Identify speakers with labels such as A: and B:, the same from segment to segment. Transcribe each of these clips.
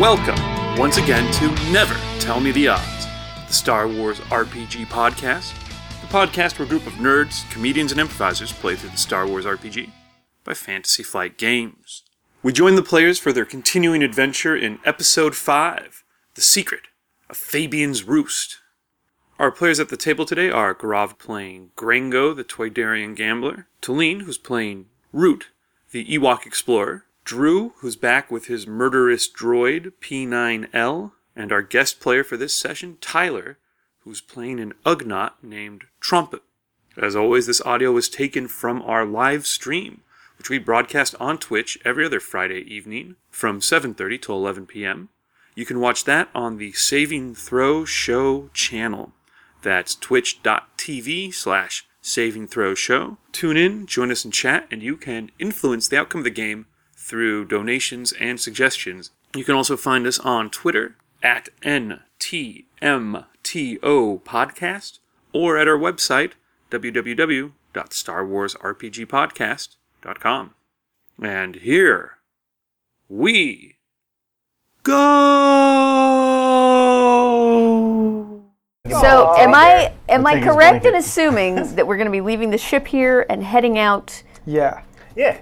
A: Welcome, once again, to Never Tell Me the Odds, the Star Wars RPG podcast, the podcast where a group of nerds, comedians, and improvisers play through the Star Wars RPG by Fantasy Flight Games. We join the players for their continuing adventure in Episode 5 The Secret of Fabian's Roost. Our players at the table today are Garav playing Grango, the Toydarian gambler, Talene, who's playing Root, the Ewok explorer, Drew, who's back with his murderous droid P9L, and our guest player for this session, Tyler, who's playing an Ugnaught named Trumpet. As always, this audio was taken from our live stream, which we broadcast on Twitch every other Friday evening from 7:30 to 11 p.m. You can watch that on the Saving Throw Show channel. That's twitch.tv slash saving throw show. Tune in, join us in chat, and you can influence the outcome of the game through donations and suggestions. You can also find us on Twitter at NTMTO Podcast or at our website, www.starwarsrpgpodcast.com. And here we go!
B: So am I am
C: Let's
B: I
C: take his
B: correct in
C: blanket.
B: assuming that we're going to be leaving the ship here and heading out
D: Yeah.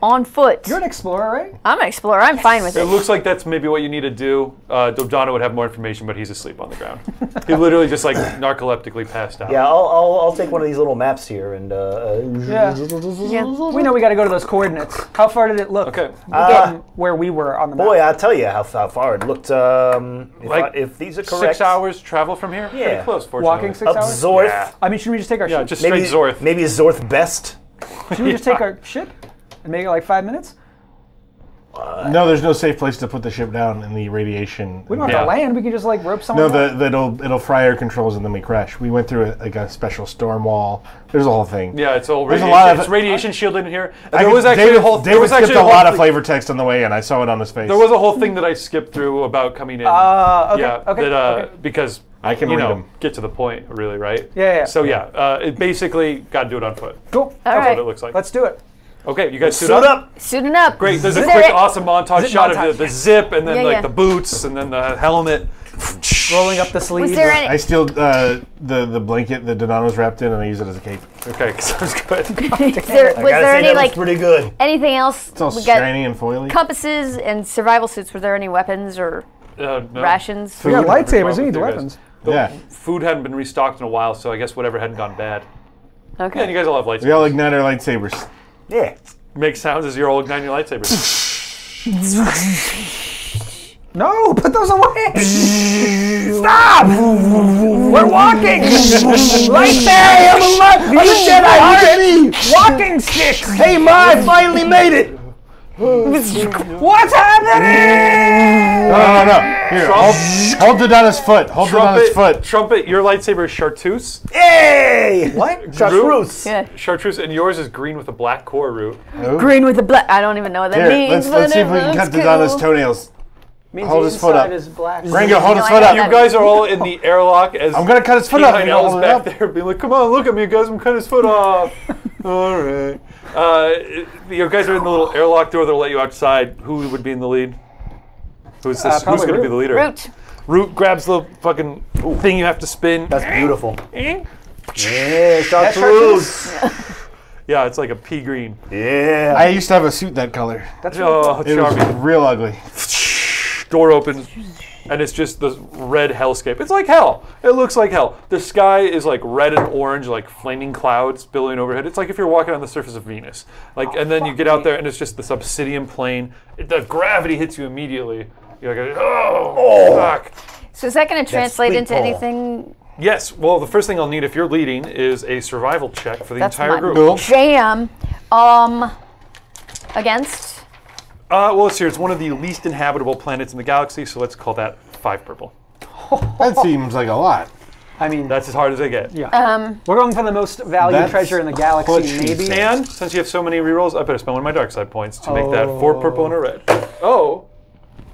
B: on foot?
D: You're an explorer, right?
B: I'm an explorer. I'm fine with
E: It
B: it.
E: looks like that's maybe what you need to do. Uh, Dodonna would have more information, but he's asleep on the ground. he literally just like narcoleptically passed out.
F: Yeah, I'll, I'll, I'll take one of these little maps here and. Uh, uh,
D: Yeah.
B: Yeah.
D: We know we got to go to those coordinates. How far did it look?
E: Okay.
B: Uh,
D: From where we were on the map.
F: boy, I'll tell you how, how far it looked. Um, if,
E: Like
F: I- if these are correct.
E: Six hours travel from here. Pretty
F: Yeah.
E: close. Fortunately.
D: Walking six
F: Up
D: hours.
F: Zorth.
E: Yeah.
D: I mean, should we just take our
E: Yeah,
D: ship?
E: just
F: Maybe
E: straight Zorth.
F: Maybe Zorth best.
D: should we just take our ship and make it like five minutes?
C: No, there's no safe place to put the ship down in the radiation.
D: We don't have
E: Yeah.
D: to land. We can just like rope someone.
C: no, the, that'll it'll fry air controls and then we crash. We went through a, like a special storm wall. There's a whole thing.
E: Yeah, it's all
C: There's a
E: radiation.
C: lot of-
E: it's radiation shielded in here.
C: I
E: There
C: could-
E: was actually
C: David,
E: a whole.
C: David
E: there was
C: skipped
E: actually
C: a
E: whole
C: lot of
E: thing-
C: flavor text on the way in. I saw it on his face.
E: There was a whole thing that I skipped through about coming in.
D: Uh, okay,
E: yeah,
D: okay,
E: that, uh,
D: okay.
E: because
C: I can
E: you
C: read
E: know
C: 'em.
E: get to the point really, right?
D: Yeah, yeah, yeah.
E: So yeah, uh, it basically got to do it on foot.
D: Cool.
B: All
E: That's what
B: right.
E: it looks like.
D: Let's do it.
E: okay, you guys suit,
F: Suit up!
B: Suiting up.
E: Great. There's a
B: Suit
E: quick,
B: it.
E: awesome montage
D: Zip
E: shot
D: montage.
E: of the, the zip, and then
B: Yeah,
E: like
B: yeah.
E: the boots, and then the helmet.
D: Rolling up the sleeves.
B: Was there
C: I
B: any?
C: steal uh, the the blanket that Donato's wrapped in and I use it as a cape.
E: Okay, sounds good.
B: Was there, was
F: Gotta
B: there
F: say,
B: any
F: that
B: like
F: looks pretty good.
B: anything else?
C: It's all
B: we got
C: shiny and foily.
B: compasses and survival suits. Were there any weapons or
E: Uh, no.
B: rations?
D: We got
C: Food.
D: lightsabers. We need
E: There it is.
D: weapons.
C: Yeah,
E: Food hadn't been restocked in a while, so I guess whatever hadn't gone bad. Yeah, and
B: Okay.
E: you guys all have lightsabers.
C: we all ignite our lightsabers.
F: Yeah.
E: Make sounds as you're all igniting your lightsabers.
D: No, put those away. Stop. We're walking. right there. I'm alive. I'm a Jedi. Walking stick. Hey, Mod, finally made it. What's happening?
C: No, no, no. Here, hold, hold Donato's foot. Hold Donato's
E: trumpet,
C: foot.
E: trumpet, your lightsaber is chartreuse.
F: Hey! What? Chartreuse.
B: Yeah.
E: Chartreuse, and yours is green with a black core root.
B: Green with the black. I don't even know what that
C: Here,
B: means.
C: let's,
B: but
C: let's see
B: it
C: if we can
B: looks
C: cut
B: cool.
C: Donato's toenails. Hold his foot up. Gringo, hold
B: No,
C: his
B: I
C: foot
B: know
C: up.
B: that.
E: You guys are all in the airlock as
C: I'm gonna cut his foot off. if you don't
E: El's
C: hold it up.
E: back there, being like, "Come on, look at me, guys! I'm cutting his foot off." all right. Uh, you guys are in the little airlock door that'll let you outside. Who would be in the lead? Who's this? Who's
D: probably
E: going to be
D: Root.
E: the leader?
B: Root.
E: Root grabs the fucking thing you have to spin. Eh?
F: That's beautiful. Yeah, Chartreuse.
D: Chartreuse.
E: yeah, it's like a pea green.
F: Yeah.
C: I used to have a suit that color.
E: Oh,
C: It was
E: charming.
C: real ugly.
E: Door opens, and it's just this red hellscape. It's like hell. It looks like hell. The sky is like red and orange, like flaming clouds billowing overhead. It's like if you're walking on the surface of Venus. Like, and then you get out there, and it's just this obsidian plane. The gravity hits you immediately. You're like, oh, fuck.
B: So is that going to translate
F: sweet
B: into
F: ball.
B: anything?
E: Yes. Well, the first thing I'll need if you're leading is a survival check for the
B: That's
E: entire
B: mine.
E: group.
C: Cool.
B: Jam. Um. Against.
E: Uh, well, it's here. It's one of the least inhabitable planets in the galaxy, so let's call that five purple.
D: Oh.
C: That seems like a lot.
D: I mean,
E: That's as hard as they get.
D: yeah. We're going for the most valued
C: That's
D: treasure in the
C: what
D: galaxy,
C: she
D: maybe.
C: said.
E: And since you have so many rerolls, I better spend one of my dark side points to make that four purple and a red. Oh,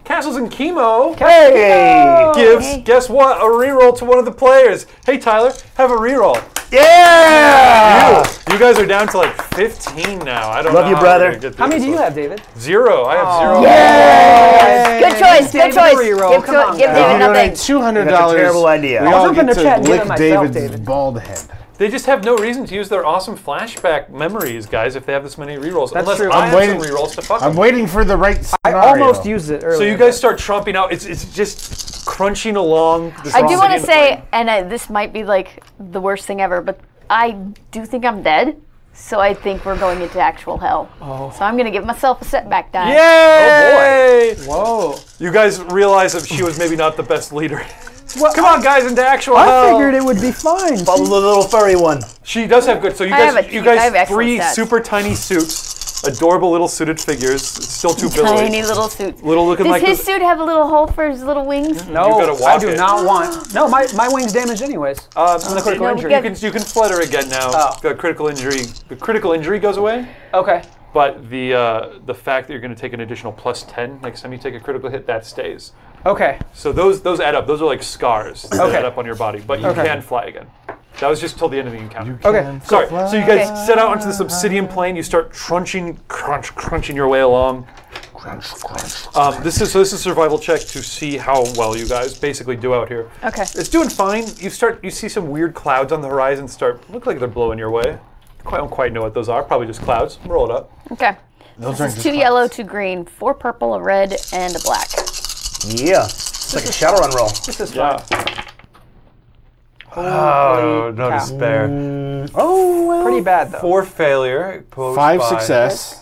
E: castles and chemo
D: Hey!
E: gives
B: Okay.
E: guess what a reroll to one of the players. Hey Tyler, have a reroll.
F: Yeah!
E: You guys are down to like 15 now. I don't
F: Love
E: know
F: you,
E: how
F: brother.
E: we're gonna get
D: How many
E: through
D: do you
E: this.
D: have, David?
E: Zero. I have zero.
B: Good choice.
D: David
B: Good choice.
D: Guerrero,
B: Give,
D: come on,
B: give
D: guys.
B: David
C: If
B: nothing.
C: you donate two hundred
F: That's
C: dollars,
F: a terrible idea.
C: We
F: I'll
C: all
D: jump
C: get
D: in the
C: to
D: chat and get
C: lick
D: it myself,
C: David's
D: David.
C: bald head.
E: They just have no reason to use their awesome flashback memories, guys, if they have this many rerolls. Unless
D: true.
E: I
D: I'm
E: have
C: waiting-
E: some rerolls to fuck
C: I'm
E: with.
C: waiting for the right
D: I
C: scenario.
D: almost used it earlier.
E: So you guys start tromping out. It's it's just crunching along.
B: I do want to say, and I, this might be like the worst thing ever, but I do think I'm dead. So I think we're going into actual hell. So I'm gonna give myself a setback die.
E: Yay! Oh boy.
D: Whoa.
E: You guys realize that she was maybe not the best leader.
D: Well,
E: Come
D: I-
E: on, guys, into actual
D: I
E: hell.
D: figured it would be fine.
F: Follow the little furry one.
E: She does have good. So you
B: I
E: guys,
B: have a-
E: you
B: I have
E: guys,
B: excellent
E: three
B: stats.
E: super tiny suits, adorable little suited figures, still too billowy.
B: Tiny little suit.
E: Little looking
B: Does
E: like
B: his
E: this-
B: suit have a little hole for his little wings?
D: No,
E: You gotta
D: I
E: walk
D: do
E: it.
D: not want. Oh, No, my, my wing's damaged anyways.
E: Um,
D: I'm the critical
B: No, we
D: injury.
B: got-
E: you can you can flutter again now.
D: Oh.
E: The critical injury, the critical injury goes away,
D: okay.
E: but the uh, the fact that you're going to take an additional plus ten next time you take a critical hit that stays.
D: Okay.
E: So those those add up. Those are like scars that
D: Okay.
E: add up on your body, but you
D: Okay.
E: can fly again. That was just till the end of the encounter.
D: Okay.
E: Sorry. So you guys
B: Okay.
E: set out onto this obsidian plane. You start crunching, crunch, crunching your way along. Um, this is so this is a survival check to see how well you guys basically do out here.
B: Okay.
E: It's doing fine. You start you see some weird clouds on the horizon start look like they're blowing your way. Quite don't quite know what those are. Probably just clouds. Roll it up.
B: Okay.
C: Those
B: This
C: aren't
B: is
C: just
B: two
C: clouds.
B: yellow, two green, four purple, a red, and a black.
F: Yeah. It's like a Shadowrun roll.
D: This is fine.
E: Yeah. Oh, no
D: cow.
E: despair.
F: Oh, well.
D: Pretty bad though.
E: Four failure. opposed
C: Five
E: by-
C: success.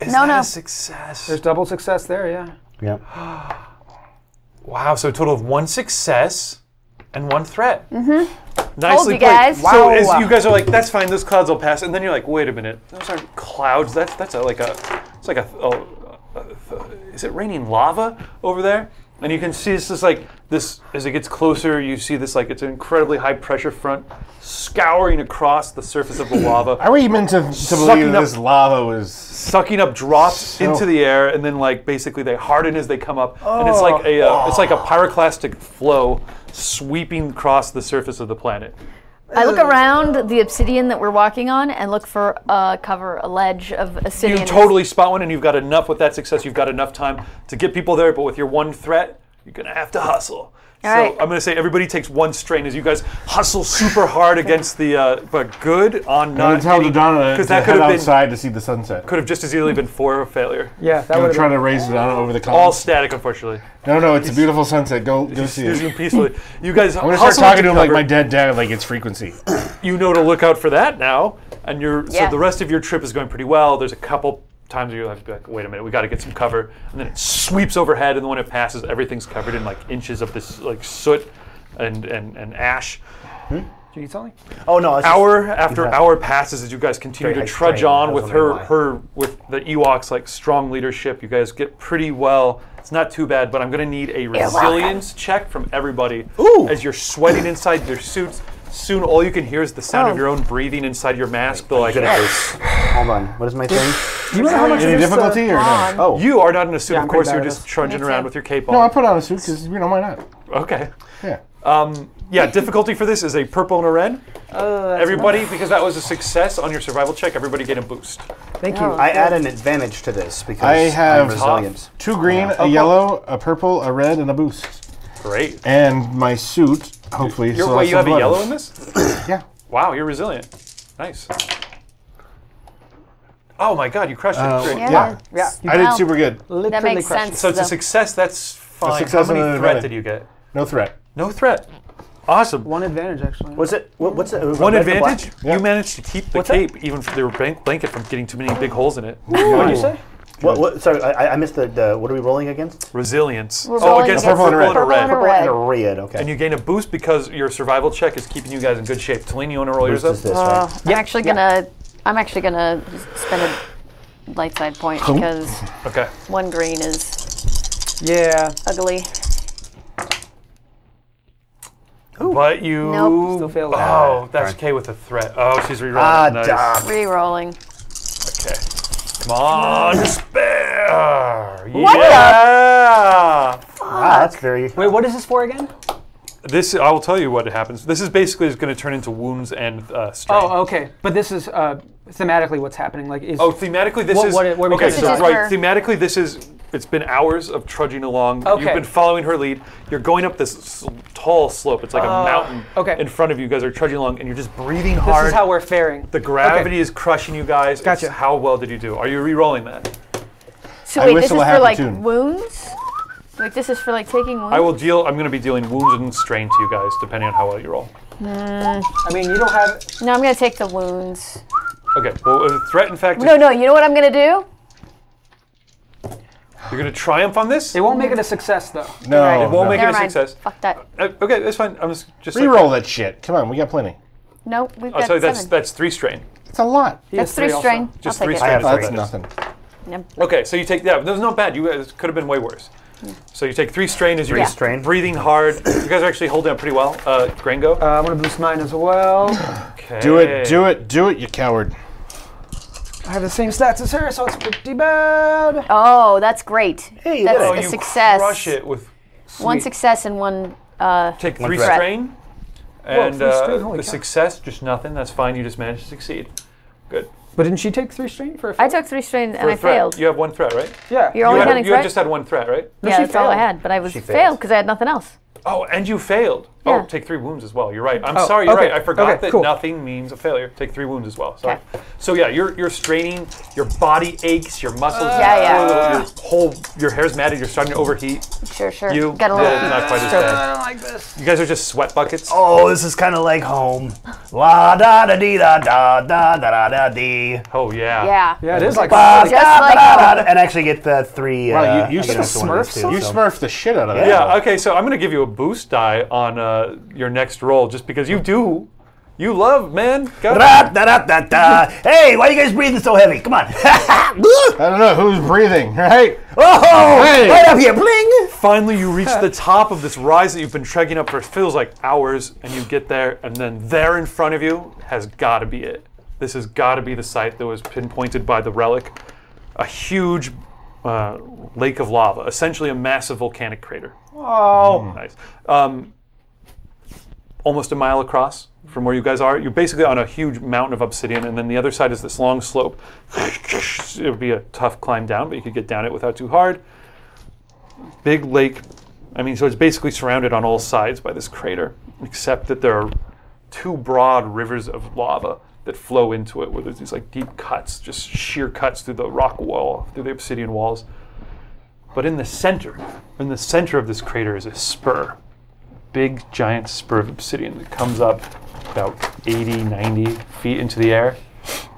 E: Is
B: No,
E: that a
B: no.
E: success.
D: There's double success there. Yeah.
F: Yep.
E: Wow, so a total of one success and one threat. Mm-hmm. Nicely
B: Told you
E: played.
B: guys. uh,
E: So
D: Wow.
E: as you guys are like, that's fine. Those clouds will pass, and then you're like, wait a minute, those aren't clouds. That's that's a, like a, it's like a, a, a, is it raining lava over there? And you can see it's just like this as it gets closer. You see this like it's an incredibly high pressure front scouring across the surface of the lava,
C: I were you meant to, to
E: Sucking
C: believe
E: up-
C: this lava was
E: sucking up drops into the air, and then like basically they harden as they come up, and it's like a
C: Oh.
E: uh, it's like a pyroclastic flow sweeping across the surface of the planet.
B: I look around the obsidian that we're walking on and look for a cover, a ledge of
E: You
B: obsidian.
E: totally spot one, and you've got enough with that success. You've got enough time to get people there, but with your one threat, you're gonna have to hustle. so
B: right.
E: I'm gonna say everybody takes one strain as you guys hustle super hard against the. Uh, but good on
C: I'm
E: not
C: gonna tell
E: hitting-
C: Dodonna to,
E: that could
C: head
E: have been
C: outside to see the sunset.
E: could have just as easily been four failure.
D: Yeah. That
C: I'm
D: would
C: gonna try
D: have
C: to raise Dodonna over the
E: All
C: clouds.
E: static, unfortunately.
C: No, no, it's a beautiful sunset. Go, go see it.
E: Using peacefully. You guys
C: I'm gonna start talking to him like my dead dad, like it's frequency.
E: you know to look out for that now, and you're
B: Yeah.
E: so the rest of your trip is going pretty well. There's a couple times where you have to be like, wait a minute, we got to get some cover, and then it sweeps overhead, and then when it passes, everything's covered in like inches of this like soot and and, and ash.
D: Did you need something?
F: Oh, no. It's
E: Hour after
F: Yeah.
E: hour passes as you guys continue
F: Very
E: to
F: high
E: trudge
F: strain.
E: on
F: I was
E: with her
F: wondering why.
E: her with the Ewoks like strong leadership. You guys get pretty well. It's not too bad, but I'm gonna need a resilience check from everybody.
F: Ooh.
E: As you're sweating inside your suits. Soon, all you can hear is the sound
B: Oh.
E: of your own breathing inside your mask. The like,
F: Just- Hold on. What is my thing?
D: Do you remember how much
C: Any
D: this, uh,
C: difficulty or no?
B: Oh.
E: You are not in a suit,
D: Yeah,
E: of
D: I'm
E: course.
D: pretty
E: You're
D: bad at
E: just
D: this.
E: trudging
B: Me
E: around
B: too.
E: with your cape
C: No, I
E: on.
C: put on a suit because you know why not?
E: okay.
C: Yeah.
E: Yeah, difficulty for this is a purple and a red. everybody, because that was a success on your survival check, everybody get a boost.
D: Thank you.
F: I add an advantage to this because
C: I have
F: I'm resilient.
C: two green, a yellow, a purple, a red, and a boost.
E: Great.
C: And my suit, hopefully.
E: Your,
C: still
E: wait,
C: has
E: you have
C: some
E: a yellow
C: buttons.
E: in this?
C: Yeah.
E: Wow, you're resilient. Nice. Oh my god, you crushed it.
F: Uh,
E: Great.
B: Yeah.
C: Yeah.
D: yeah.
C: I did
B: Wow.
C: super good.
D: Literally
B: That makes
D: crushed it.
B: sense.
E: So it's
B: though.
E: a success, that's fine.
C: success
E: How
C: and
E: many
C: an
E: threat
C: advantage.
E: did you get?
C: No threat.
E: No threat. Awesome. One,
D: One advantage actually.
F: What's it? What, what's it? Red to black?
E: advantage? You managed to keep the
D: that?
E: cape, even from their bank blanket, from getting too many big holes in it.
D: what did you say?
F: What, what, sorry, I, I- I missed the, the. What are we rolling against?
E: Resilience.
B: We're
E: oh,
B: rolling
E: against
B: against
E: purple and a red.
B: purple and a red.
F: And a red. Okay.
E: And you gain a boost because your survival check is keeping you guys in good shape. Talene, you want to roll
F: What
E: yours up?
F: is this? right?
B: I'm actually gonna. I'm actually gonna spend a light side point because
E: Okay.
B: one green is
D: Yeah.
B: ugly.
E: But you.
B: Nope.
D: Still failed.
E: Oh, that's okay with a threat. Oh, she's rerolling.
F: Ah,
E: nice.
F: damn.
B: Rerolling.
E: Okay. Come on, despair.
B: the-
E: Yeah.
F: Ah, that's very.
D: Wait, what is this for again?
E: This I will tell you what happens. This is basically is going to turn into wounds and uh, strain.
D: Oh, okay. But this is uh, thematically what's happening. Like, is
E: Oh, thematically, this
D: What-
E: is
D: what it- what we
E: okay.
D: got
E: So
B: this
E: right,
B: for?
E: thematically, this is. It's been hours of trudging along. You've
D: Okay.
E: been following her lead. You're going up this s- tall slope. It's like a mountain
D: Oh, okay.
E: in front of you. You guys are trudging along, and you're just breathing
D: this
E: hard.
D: is how we're faring.
E: the gravity is crushing you guys. It's
D: Gotcha.
E: how well did you do? Are you re-rolling that?
B: So
C: I
B: wait, this is
C: whistle a
B: for
C: happy
B: like
C: tune.
B: wounds? Like this is for like taking wounds?
E: I will deal. I'm going to be dealing wounds and strain to you guys, depending on how well you roll.
D: I mean, you don't have.
B: No, I'm gonna take the wounds.
E: Okay. Well, uh, threat. In fact,
B: No, no, you know what I'm gonna do?
E: you're going to triumph on this.
D: It won't make it a success, though.
C: Oh, No,
B: Right.
C: it
E: won't make
B: Never
E: it a
B: mind.
E: success.
B: Fuck that.
E: Uh, okay, that's fine. I'm just just. like-
C: Reroll that shit. Come on, we got plenty.
B: Nope, we've
E: Oh,
B: got
E: sorry, that's
B: seven.
E: that's three strain.
C: It's a lot.
D: He
B: That's
D: has
B: three,
D: also.
B: strain.
E: Just
B: I'll
E: three
B: take
E: strain.
B: it.
E: is
C: Oh,
E: what
C: that's
E: it is.
C: nothing.
E: Okay, so you take yeah, that was not bad. You guys could have been way worse.
B: Hmm.
E: So you take three strain as you're
B: Three
F: strain.
E: breathing hard. You guys are actually holding up pretty well. Uh, Grango.
D: Uh, I'm gonna boost mine as well.
C: Do it, do it, do it, you coward.
D: I have the same stats as her, so it's pretty bad.
B: Oh, that's great.
F: you
B: that's
F: did it.
E: Oh,
B: a
E: you
B: success.
E: crush it with
B: One
E: sweet.
B: success and one. Uh,
E: Take three
F: threat.
E: strain, and
D: three
E: uh,
D: strain, holy
E: the
D: cow.
E: success just nothing. That's fine. You just managed to succeed. Good.
D: But didn't she take three strain for a
B: I took three strain and
E: For
B: I
E: a threat,
B: failed.
E: You have one threat, right?
D: Yeah.
B: You're
E: You,
B: only
E: had,
B: counting
E: you had
B: threat.
E: just had one threat, right?
B: yeah,
D: she
B: that's all I
D: failed.
B: had, but I was
F: failed.
B: failed because I had nothing else.
E: Oh, and you failed.
B: Yeah.
E: Oh, take three wounds as well. You're right. I'm
D: Oh,
E: sorry. You're
D: okay.
E: right. I forgot
D: Okay,
E: that
D: cool.
E: nothing means a failure. Take three wounds as well. Sorry. So yeah, you're you're straining. Your body aches. Your muscles.
B: Yeah, yeah.
E: coil, Your whole your hair's matted. You're starting to overheat.
B: Sure, sure.
E: You
B: got a little
E: yeah, not quite as
B: stroke.
E: bad.
D: I don't like this.
E: You guys are just sweat buckets.
F: Oh, this is kind of like home. La da da dee da da da da da da dee.
E: Oh yeah.
B: Yeah.
D: Yeah, it is like.
F: Ba-
B: Just like
F: da- da- And actually get the three.
C: Wow,
F: uh,
C: you, you,
F: I get an
C: smurf,
F: extra one of these too,
C: you
F: so.
C: smurf the shit out of that.
E: Yeah. Okay. So I'm gonna give you a boost die on uh, your next roll, just because you do. You love man. God.
F: Da- da- da- da- da. Hey, why are you guys breathing so heavy? Come on.
C: I don't know who's breathing, right?
E: Ah!
F: oh,
C: Hey.
F: right up here, bling.
E: Finally, you reach the top of this rise that you've been trekking up for feels like hours, and you get there, and then there in front of you has got to be it. This has got to be the site that was pinpointed by the relic. A huge uh, lake of lava, essentially a massive volcanic crater. Hmm.
D: Oh,
E: Nice. Um, almost a mile across from where you guys are. You're basically on a huge mountain of obsidian, and then the other side is this long slope. It would be a tough climb down, but you could get down it without too hard. Big lake. I mean, so it's basically surrounded on all sides by this crater, except that there are two broad rivers of lava that flow into it, where there's these like deep cuts, just sheer cuts through the rock wall, through the obsidian walls. But in the center, in the center of this crater is a spur. Big giant spur of obsidian that comes up about 80, 90 feet into the air.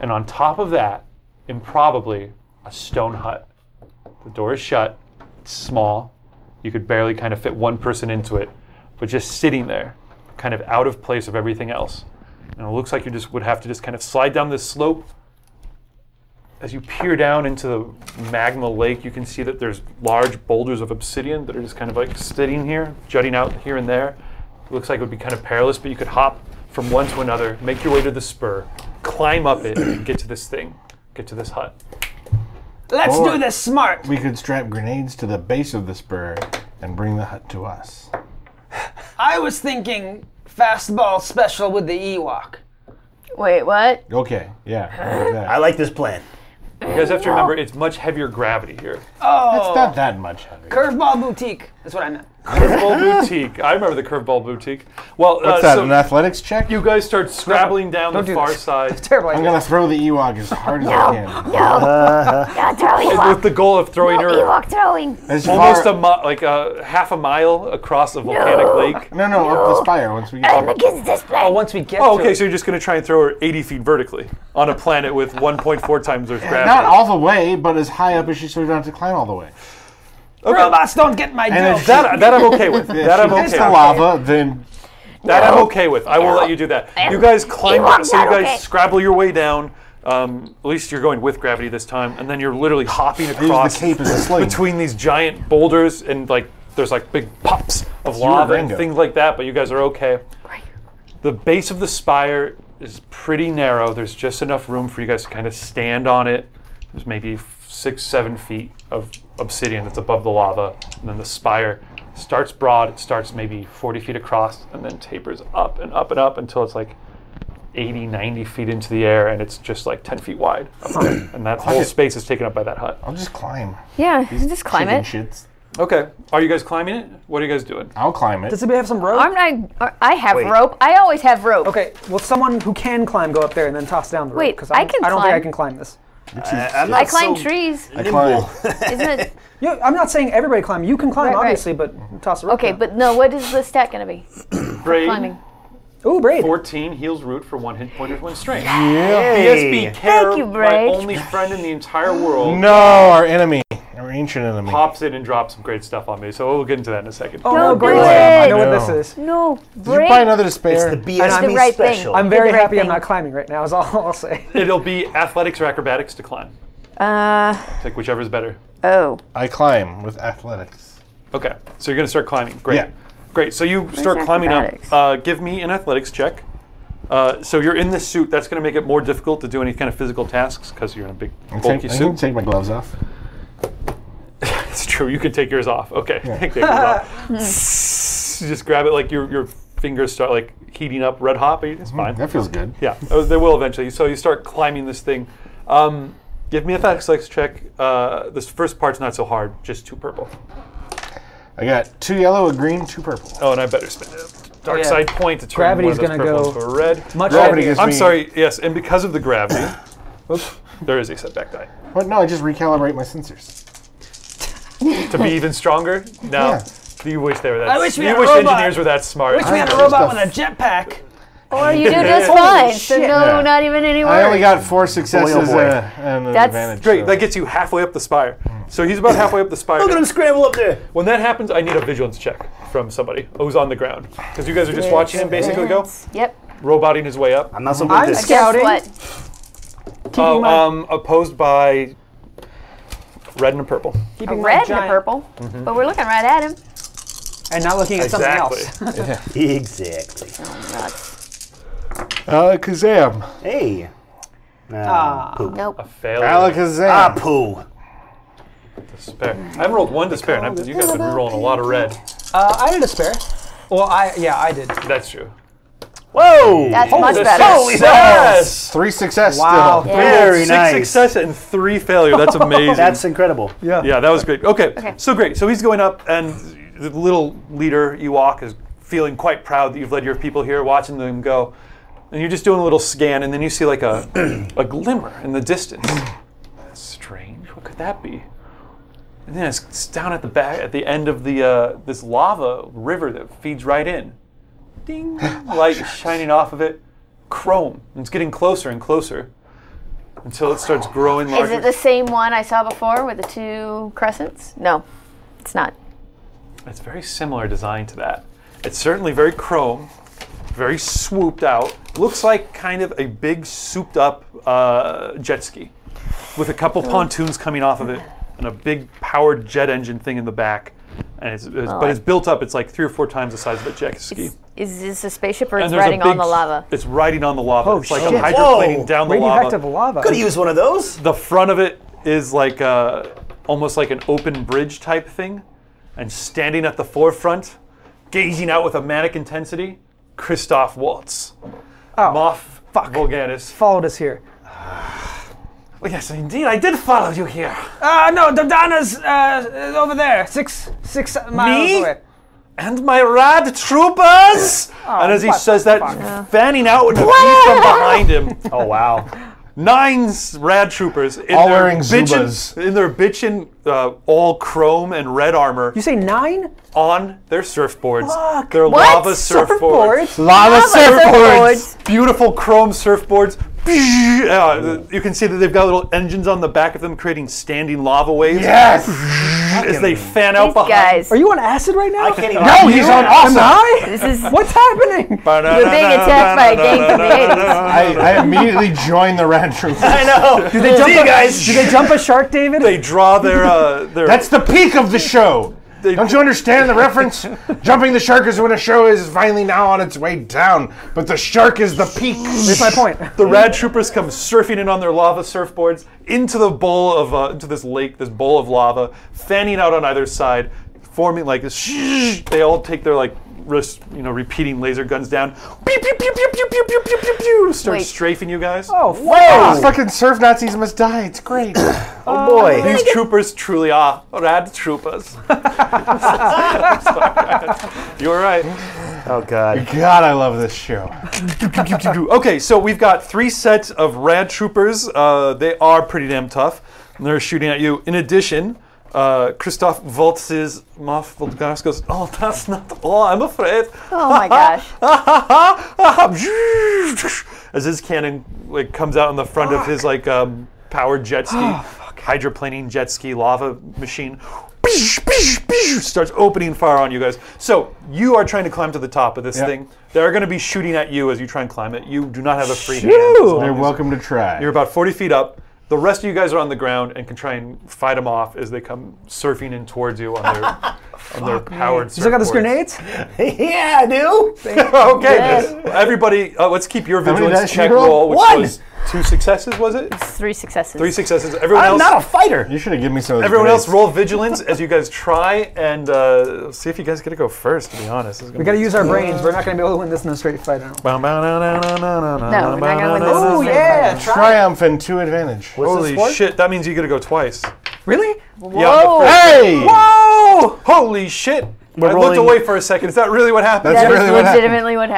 E: And on top of that, improbably, a stone hut. The door is shut, it's small. You could barely kind of fit one person into it, but just sitting there, kind of out of place of everything else. And it looks like you just would have to just kind of slide down this slope as you peer down into the magma lake, you can see that there's large boulders of obsidian that are just kind of like sitting here, jutting out here and there. It looks like it would be kind of perilous, but you could hop from one to another, make your way to the spur, climb up it, and get to this thing, get to this hut.
D: let's
C: Or-
D: do this smart.
C: We could strap grenades to the base of the spur and bring the hut to us.
D: I was thinking fastball special with the Ewok.
B: Wait, what?
C: Okay, yeah. like that.
F: I like this plan.
E: You guys have to remember it's much heavier gravity here. Oh.
C: It's not that much heavy.
D: Curveball boutique. That's what I meant.
E: Curveball boutique. I remember the curveball boutique. Well, uh,
C: What's that,
E: so
C: an athletics check?
E: you guys start scrabbling down
D: Don't
E: the
D: do
E: far
D: this.
E: side
D: Terrible
C: I'm
D: idea.
C: gonna throw the Ewok as hard as I can.
B: Yeah, throwing
E: with the goal of throwing her
B: Ewok throwing.
C: As
E: almost a
C: far-
E: mi- like uh, half a mile across a volcanic lake.
C: No, no, up the spire once we get there.
B: against this
D: Oh,
B: plan.
D: once we get
E: Oh,
D: to
E: okay.
D: it.
E: So you're just going to try and throw her 80 feet vertically on a planet with 1.4 times Earth's gravity.
C: Not all the way, but as high up as she so we don't have to climb all the way.
D: robots don't get my
C: And
D: joke.
C: if
E: that, that I'm okay with. That I'm
C: If she hits
E: okay
C: the
E: with.
C: lava, then
E: That I'm okay with. I will let you do that. You guys climb up, so you
B: not okay.
E: guys scrabble your way down. Um, at least you're going with gravity this time, and then you're literally hopping
C: use the
E: across
C: cape as a sling.
E: between these giant boulders and like there's like big pops of lava and
C: Rango.
E: things like that. But you guys are okay. The base of the spire is pretty narrow. There's just enough room for you guys to kind of stand on it. There's maybe f- six, seven feet of obsidian that's above the lava, and then the spire starts broad, it starts maybe 40 feet across, and then tapers up and up and up until it's like 80, 90 feet into the air, and it's just like 10 feet wide. up there. and that whole space is taken up by that hut.
C: I'll just climb.
B: Yeah, just climb
C: Chicken
B: it.
C: shits.
E: Okay. Are you guys climbing it? What are you guys doing?
C: I'll climb it.
D: Does anybody have some rope?
B: I'm not. uh, I have rope. I always have rope.
D: okay, will someone who can climb go up there and then toss down the rope?
B: Wait,
D: 'Cause
B: I
D: I'm-
B: can
D: I don't think I
B: climb.
D: can climb this.
F: I, am not
B: I climb
F: so
B: trees.
C: I climb.
B: Isn't it?
D: Yeah, I'm not saying everybody climb. You can climb,
B: Right, right.
D: obviously, but toss a rope.
B: Okay,
D: down.
B: but no. What is the stat gonna be?
E: Braid,
B: Climbing.
D: ooh, braid.
E: 14 heals root for one hit point of one strength.
F: Hey.
E: PSB care,
B: you,
E: my
B: Braid.
E: only friend in the entire world,
C: No, our enemy, our ancient enemy.
E: pops it and drops some great stuff on me. So we'll get into that in a second.
D: Oh,
B: Don't
D: no, great.
B: do
D: plan. I
B: it.
D: know what
C: No.
D: this is.
B: No,
C: Did you
B: break.
C: buy another despair?
F: The
D: I'm
F: BSB
D: the
B: right thing.
F: special.
D: I'm
B: Did
D: very
B: the right
D: happy I'm
B: thing.
D: not climbing right now. Is all I'll say.
E: It'll be athletics or acrobatics to climb.
B: Uh
E: It's like whichever's better.
B: oh.
C: I climb with athletics.
E: Okay, so you're gonna start climbing. Great.
C: Yeah.
E: Great. So you start climbing
B: acrobatics?
E: up. Uh, give me an athletics check. Uh, so you're in this suit. That's gonna make it more difficult to do any kind of physical tasks because you're in a big
C: I can
E: bulky
C: take, I can
E: suit.
C: take my gloves off.
E: It's true. You can take yours off. Okay. Take yours off. You just grab it like your your fingers start like heating up red hot, but it's fine.
C: That feels good.
E: Yeah, oh, they will eventually. So you start climbing this thing. Um, give me a athletics check. Uh, this first part's not so hard. Just two purple.
C: I got two yellow, a green, two purple.
E: Oh, and I better spend a dark
D: Yeah.
E: side point to turn
D: Gravity's
E: one of those
D: gonna
E: purple
D: go
E: into a red.
D: Much
C: Gravity
D: heavier.
C: is-
E: I'm
C: me.
E: sorry. Yes, and because of the gravity, oops, there is a setback die.
C: But no, I just recalibrate my sensors.
E: To be even stronger, now
C: Yeah.
E: you wish they were that.
D: I wish we
E: you
D: had a
E: wish
D: robot.
E: engineers were that smart.
D: Wish we had a
C: Alright,
D: robot with a
C: let's
D: jetpack.
B: Or you do just
E: Holy
B: fine. So no,
D: shit.
C: Yeah.
B: not even any
C: I only
B: worse.
C: got four successes
F: Boy, oh boy.
C: and a- and an
B: That's
C: advantage.
E: Great,
C: so-
E: that gets you halfway up the spire. So he's about halfway up the spire.
F: Look at him scramble up there.
E: When that happens, I need a vigilance check from somebody who's on the ground. Because you guys are just watching him basically go,
B: Yep.
E: roboting his way up.
F: I'm not so good at
D: I'm
F: this.
D: scared. Scouting.
B: Guess
E: Oh,
D: my-
E: um, opposed by red and purple.
B: what?
D: Keeping
B: A
D: my
B: red and a
D: giant-
B: purple. But we're looking right at him.
D: And not looking at
E: Exactly.
D: something else.
F: Exactly.
C: Alakazam.
F: Hey. Nah, poop.
B: Nope.
E: Failure.
C: Alakazam.
F: Ah, poo.
E: Despair. I haven't rolled one despair, and I've, you guys have been rolling a lot of red.
D: Uh, I did a spare. Well, I yeah, I did.
E: That's true.
F: Whoa.
B: That's much
E: That's
B: better.
E: Holy yes!
C: Three success
D: Wow.
C: still.
F: Very
E: Six
F: nice.
E: success and three failure. That's amazing.
F: That's incredible.
E: yeah, that was great. Okay. so great. So he's going up, and the little leader Ewok is feeling quite proud that you've led your people here, watching them go. And you're just doing a little scan, and then you see like a a glimmer in the distance. That's strange. What could that be? And then it's, it's down at the back, at the end of the uh, this lava river that feeds right in. Ding! Light shining off of it. Chrome. And It's getting closer and closer until it starts growing larger.
B: Is it the same one I saw before with the two crescents? No, it's not.
E: It's very similar design to that. It's certainly very chrome, very swooped out. Looks like kind of a big souped up uh, jet ski with a couple pontoons coming off of it and a big powered jet engine thing in the back. And it's, it's-
B: Oh,
E: but it's built up. It's like three or four times the size of a jet ski.
B: Is this a spaceship or
E: And
B: it's
E: there's a
B: riding on
E: big-
B: the lava?
E: It's riding on the lava.
D: Oh,
E: it's like
D: shit.
E: I'm hydroplaning
F: Whoa.
E: down the lava. e-
D: Radioactive lava.
F: Could use one of those.
E: The front of it is like a, almost like an open bridge type thing, and standing at the forefront, gazing out with a manic intensity, Christoph Waltz,
D: Oh,
E: Moff Vulganis.
D: followed us here.
E: Oh, yes, indeed, I did follow you here.
D: Uh, no, Dodana's uh, over there, six six miles
E: Me?
D: away.
E: And my rad troopers. and as he
D: what
E: says
D: the
E: that, fanning out with a beam from behind him.
F: Oh wow.
E: Nine s- rad troopers in
C: All
E: their
C: wearing
E: bitchin',
C: Zubas.
E: in their bitchin' uh, all chrome and red armor
D: You say nine?
E: on their surfboards.
D: Fuck.
E: Their
B: What?
E: lava surfboards.
C: Lava surfboards.
E: Beautiful chrome surfboards. Uh, you can see that they've got little engines on the back of them creating standing lava waves
C: Yes.
E: as they fan out
B: These
E: behind.
B: guys.
D: Are you on acid right now?
F: I can't even.
C: No, he's on awesome.
D: I?
B: This is
D: What's happening?
B: You're being attacked by a gang from the 80s.
C: I, I immediately join the rat troop.
F: I know. Do
D: They jump
F: See you
D: a-
F: guys.
D: Did they jump a shark, David?
E: They draw their uh, their
C: That's the peak of the show.
E: They-
C: Don't you understand the reference? Jumping the shark is when a show is finally now on its way down, but the shark is the peak.
D: That's my point.
E: The rad troopers come surfing in on their lava surfboards into the bowl of uh, into this lake, this bowl of lava, fanning out on either side, forming like this. They all take their like wrist, you know, repeating laser guns down. Pew pew pew pew pew pew pew pew pew. pew start
B: Wait.
E: strafing you guys.
F: Oh,
E: Ah.
C: Oh,
F: wow.
C: fucking surf Nazis must die. It's great.
F: Oh, boy.
E: These troopers truly are rad troopers. You're right.
F: Oh, God.
C: God, I love this show.
E: okay, so we've got three sets of rad troopers. Uh, they are pretty damn tough. And they're shooting at you. In addition, uh, Christoph Waltz's Moff Volgas goes, Oh, that's not all, I'm afraid.
B: Oh my gosh.
E: As his cannon like comes out on the front of his like um, powered jet ski,
C: Oh,
E: hydroplaning jet ski lava machine, starts opening fire on you guys. So you are trying to climb to the top of this
C: Yeah.
E: thing. They're going to be shooting at you as you try and climb it. You do not have a free hand.
F: Shoo!
E: as long
C: They're
E: as-
C: welcome to try.
E: You're about 40 feet up. The rest of you guys are on the ground and can try and fight them off as they come surfing in towards you on their on their powered.
D: You still got those grenades?
E: surfboards.
F: yeah, I do.
E: Okay,
B: Yes.
E: everybody, uh, let's keep your
C: many
E: vigilance
C: dice you
E: check
C: roll?
E: roll, which
F: One.
E: was two successes, was it?
B: Three successes.
E: Three successes. Everyone
F: I'm
E: else,
F: not a fighter.
C: You should have given me some. Of those
E: everyone else,
C: grenades.
E: roll vigilance as you guys try and uh, see if you guys get to go first. To be honest,
D: We gotta use our brains. We're not gonna be able to win this in a straight fight. I don't.
E: No, we're
B: No, we're
E: not
B: not gonna win this.
D: Oh
B: in a
D: yeah,
B: straight
D: try.
C: Triumph and two advantage.
E: Holy shit! That means you get to go twice.
D: Really?
B: Whoa.
E: Yeah, the
D: Oh,
E: first-
C: Hey!
E: Whoa! Holy shit! I
F: rolling-
E: looked away for a second. Is that really what happened?
C: That's
B: That is
C: really what happened.
B: legitimately what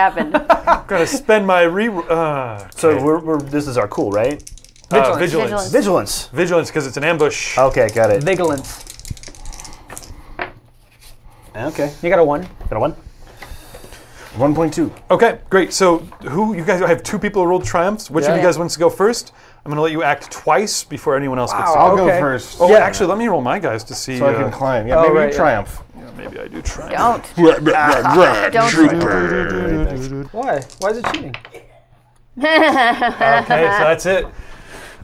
B: happened.
E: I'm gonna spend my re. Uh,
F: So we're, we're, this is our cool, right?
E: uh,
D: Vigilance.
E: vigilance.
B: Vigilance.
F: Vigilance.
E: Vigilance, because it's an ambush.
F: Okay, got it.
D: Vigilance.
F: Okay.
D: You got a one.
F: Got a one?
C: One point two.
E: Okay, great. So who you guys I have two people who rolled triumphs. Which of
D: Yeah.
E: you guys wants to go first? I'm gonna let you act twice before anyone else gets to
C: I'll
E: go.
C: go
D: Okay.
C: first.
E: Oh,
C: yeah.
E: wait, actually, let me roll my guys to see.
C: So I
E: uh,
C: can climb. Yeah,
D: Oh,
C: maybe
D: right, yeah.
C: triumph.
E: maybe I do triumph.
B: Don't. Don't.
D: Why? Why is it cheating?
E: Okay, so that's it.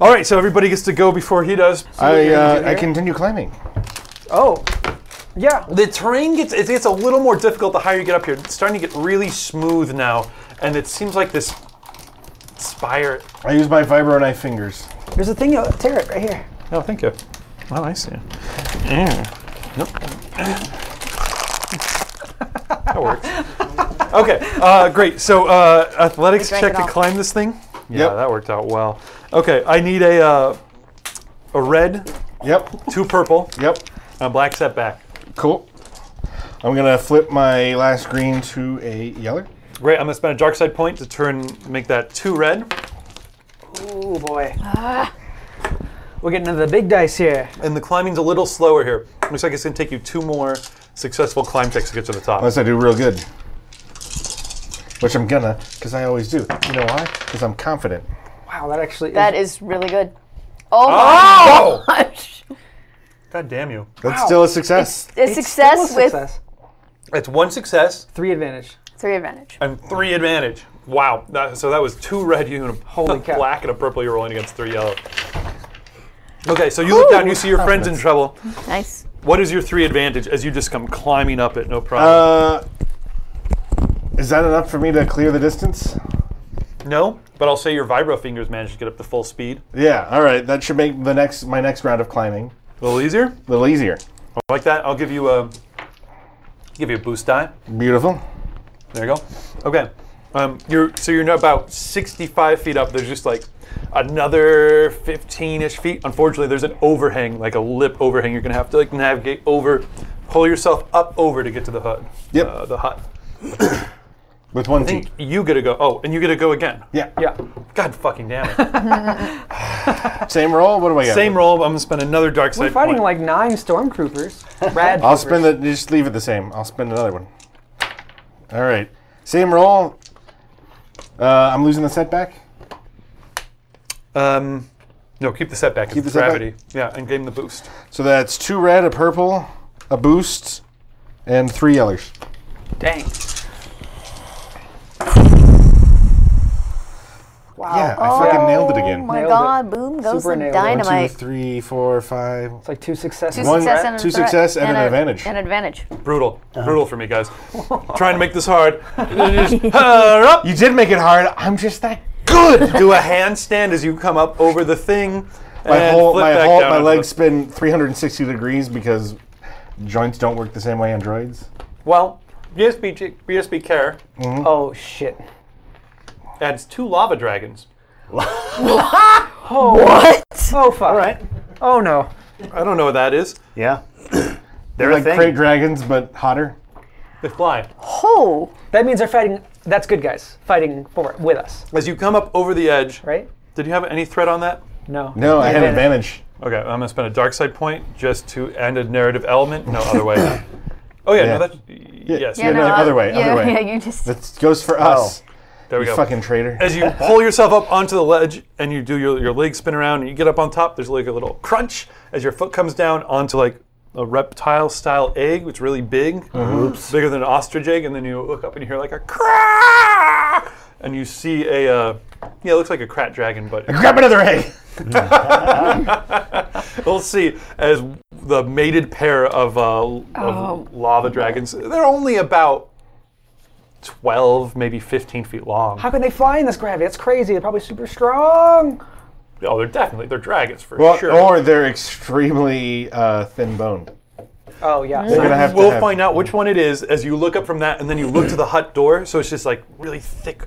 E: All right, so everybody gets to go before he does.
C: I uh, I continue climbing.
D: Oh, yeah.
E: The terrain gets it gets a little more difficult the higher you get up here. It's starting to get really smooth now, and it seems like this spire.
C: I use my vibro knife fingers.
D: There's a thing. You tear it right here.
E: Oh, thank you. Oh, I see. That works. okay, uh, great. So uh, athletics
B: drank
E: check
B: it
E: to
B: all.
E: climb this thing. Yeah,
C: Yep.
E: that worked out well. Okay, I need a uh, a red,
C: Yep.
E: two purple,
C: Yep.
E: and a black setback.
C: Cool. I'm gonna flip my last green to a yellow.
E: Great. I'm gonna spend a dark side point to turn make that two red,
D: Oh boy.
B: Ah.
D: We're getting into the big dice here.
E: and the climbing's a little slower here. Looks like it's gonna take you two more successful climb checks to get to the top.
C: Unless I do real good. Which I'm gonna, because I always do. You know why? Because I'm confident.
D: Wow, that actually.
B: That is really good. Oh my
E: Oh!
B: gosh.
E: God damn you!
C: That's still a success.
B: A success
D: Still a
B: with
D: success.
E: It's one success
D: three advantage.
B: three advantage.
E: and three advantage. Wow. That- so that was two red, you and a
D: Holy cow.
E: black and a purple. You're rolling against three yellow. Okay, so you look down, you see your friends in trouble.
B: Nice.
E: What is your three advantage as you just come climbing up it? No problem.
C: Uh, is that enough for me to clear the distance?
D: Uh,
E: no, but I'll say your vibro fingers managed to get up to full speed.
C: Yeah. All right. That should make the next my next round of climbing
E: A little easier.
C: a little easier.
E: Like that, I'll give you a give you a boost die.
C: Beautiful.
E: There you go. Okay. Um, you're so you're now about 65 feet up. There's just like another 15-ish feet. Unfortunately, there's an overhang, like a lip overhang. You're gonna have to like navigate over, pull yourself up over to get to the hut.
C: Yep.
E: Uh, the hut.
C: With one
E: I think
C: teeth.
E: you get to go. Oh, and you get to go again.
C: Yeah.
D: Yeah.
E: God fucking damn it.
C: Same roll. What do I get?
E: Same roll. but I'm gonna spend another dark side.
D: We're fighting like
E: point.
D: nine stormtroopers. Rad.
C: I'll spend the. Just leave it the same. I'll spend another one. All right. Same roll. Uh, I'm losing the setback.
E: Um, no, keep the setback. Keep
C: the setback?
E: gravity. Yeah, and gain the boost.
C: So that's two red, a purple, a boost, and three yellers.
D: Dang. Wow.
C: Yeah, I fucking nailed it
B: Oh
C: again.
B: my
D: Nailed it.
B: god, boom goes
D: Super
B: the
D: nailed it.
C: One, two,
B: dynamite.
C: three, four, five.
D: It's like two successes.
B: Two
C: One-
B: success and a
C: two
B: threat.
C: success and an
B: a-
C: advantage.
B: An advantage.
E: Brutal.
C: Uh-huh.
E: Brutal for me, guys. Trying to make this hard. Hurry up.
C: You did make it hard. I'm just that.
E: good. Do a handstand as you come up over the thing.
C: My
E: and
C: whole,
E: flip
C: my
E: back
C: whole,
E: down
C: my
E: onto
C: legs
E: the-
C: spin 360 degrees because joints don't work the same way on droids?
E: Well, BSB, j- BSB Care
D: Oh shit.
E: adds two lava dragons.
D: Oh fuck. All right. Oh no.
E: I don't know what that is.
F: Yeah. They're
C: Like
F: a thing.
C: crate dragons, but hotter.
E: They fly.
B: Oh,
D: That means they're fighting. That's good guys fighting for with us,
E: As you come up over the edge,
D: right?
E: did you have any threat on that?
D: No.
C: No, I had
D: Advantage.
C: advantage.
E: Okay, I'm gonna spend a dark side point just to end a narrative element. No other way. Oh yeah,
C: Yeah.
E: no that's yes.
C: Yeah, no,
B: I-
C: other way,
B: Yeah,
C: other way.
B: yeah, you just.
C: That goes for
B: Oh.
C: us.
E: there we go.
C: Fucking traitor.
E: As you pull yourself up onto the ledge and you do your, your legs spin around and you get up on top, there's like a little crunch as your foot comes down onto like a reptile style egg, which is really big, Oops. bigger than an ostrich egg, and then you look up and you hear like a crack, and you see a uh, yeah, it looks like a crat dragon, but
C: Grab another egg.
E: We'll see as the mated pair of, uh, of lava dragons. They're only about twelve, maybe fifteen feet long.
D: How can they fly in this gravity? That's crazy. They're probably super strong.
E: Oh, they're definitely they're dragons for
C: Well,
E: sure.
C: Or they're extremely uh, thin-boned.
D: Oh yeah.
C: They're gonna have
E: we'll
C: to have,
E: find out which one it is as you look up from that, and then you look to the hut door. So it's just like really thick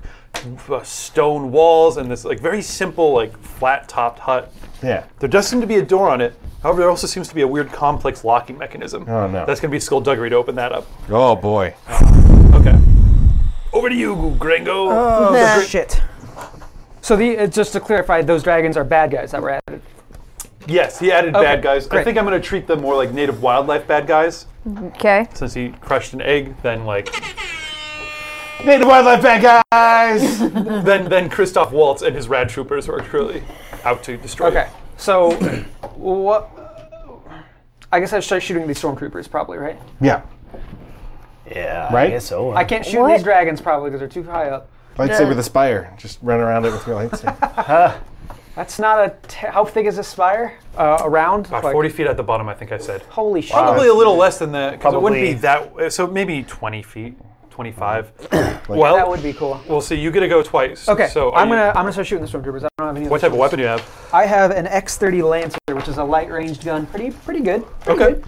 E: uh, stone walls and this like very simple like flat topped hut.
C: Yeah.
E: There does seem to be a door on it. However, there also seems to be a weird complex locking mechanism.
C: Oh, no.
E: That's gonna be skullduggery to open that up.
C: Oh boy.
E: Okay. Over to you, Gringo.
D: Uh, Shit. So the uh, just to clarify, those dragons are bad guys that were added.
E: Yes, he added bad guys. I
D: great.
E: think I'm going to treat them more like native wildlife bad guys
B: Okay.
E: since he crushed an egg than like
C: Native wildlife bad guys.
E: then then Christoph Waltz and his rad troopers were truly out to destroy.
D: Okay. So what? I guess I should start shooting these stormtroopers probably, right?
C: yeah.
F: Yeah.
C: Right?
F: I guess so.
D: I can't shoot
B: What?
D: these dragons probably because they're too high up.
C: Lightsaber with a spire. Just run around it with your lightsaber.
D: That's not a. T- how thick is this spire? Uh, around?
E: About 40 feet at the bottom, I think I said.
D: Holy shit.
E: Probably a little less than that because it wouldn't be
F: Probably-
E: that. So maybe 20 feet, 25. well,
D: That would be cool.
E: We'll see. You get to go twice.
D: Okay,
E: So are
D: I'm
E: you-
D: gonna Mm-hmm. I'm gonna start shooting the stormtroopers. I don't have any.
E: What type of weapon do you have?
D: I have an X30 Lancer, which is a light ranged gun. Pretty pretty good. Pretty
E: Okay.
D: good.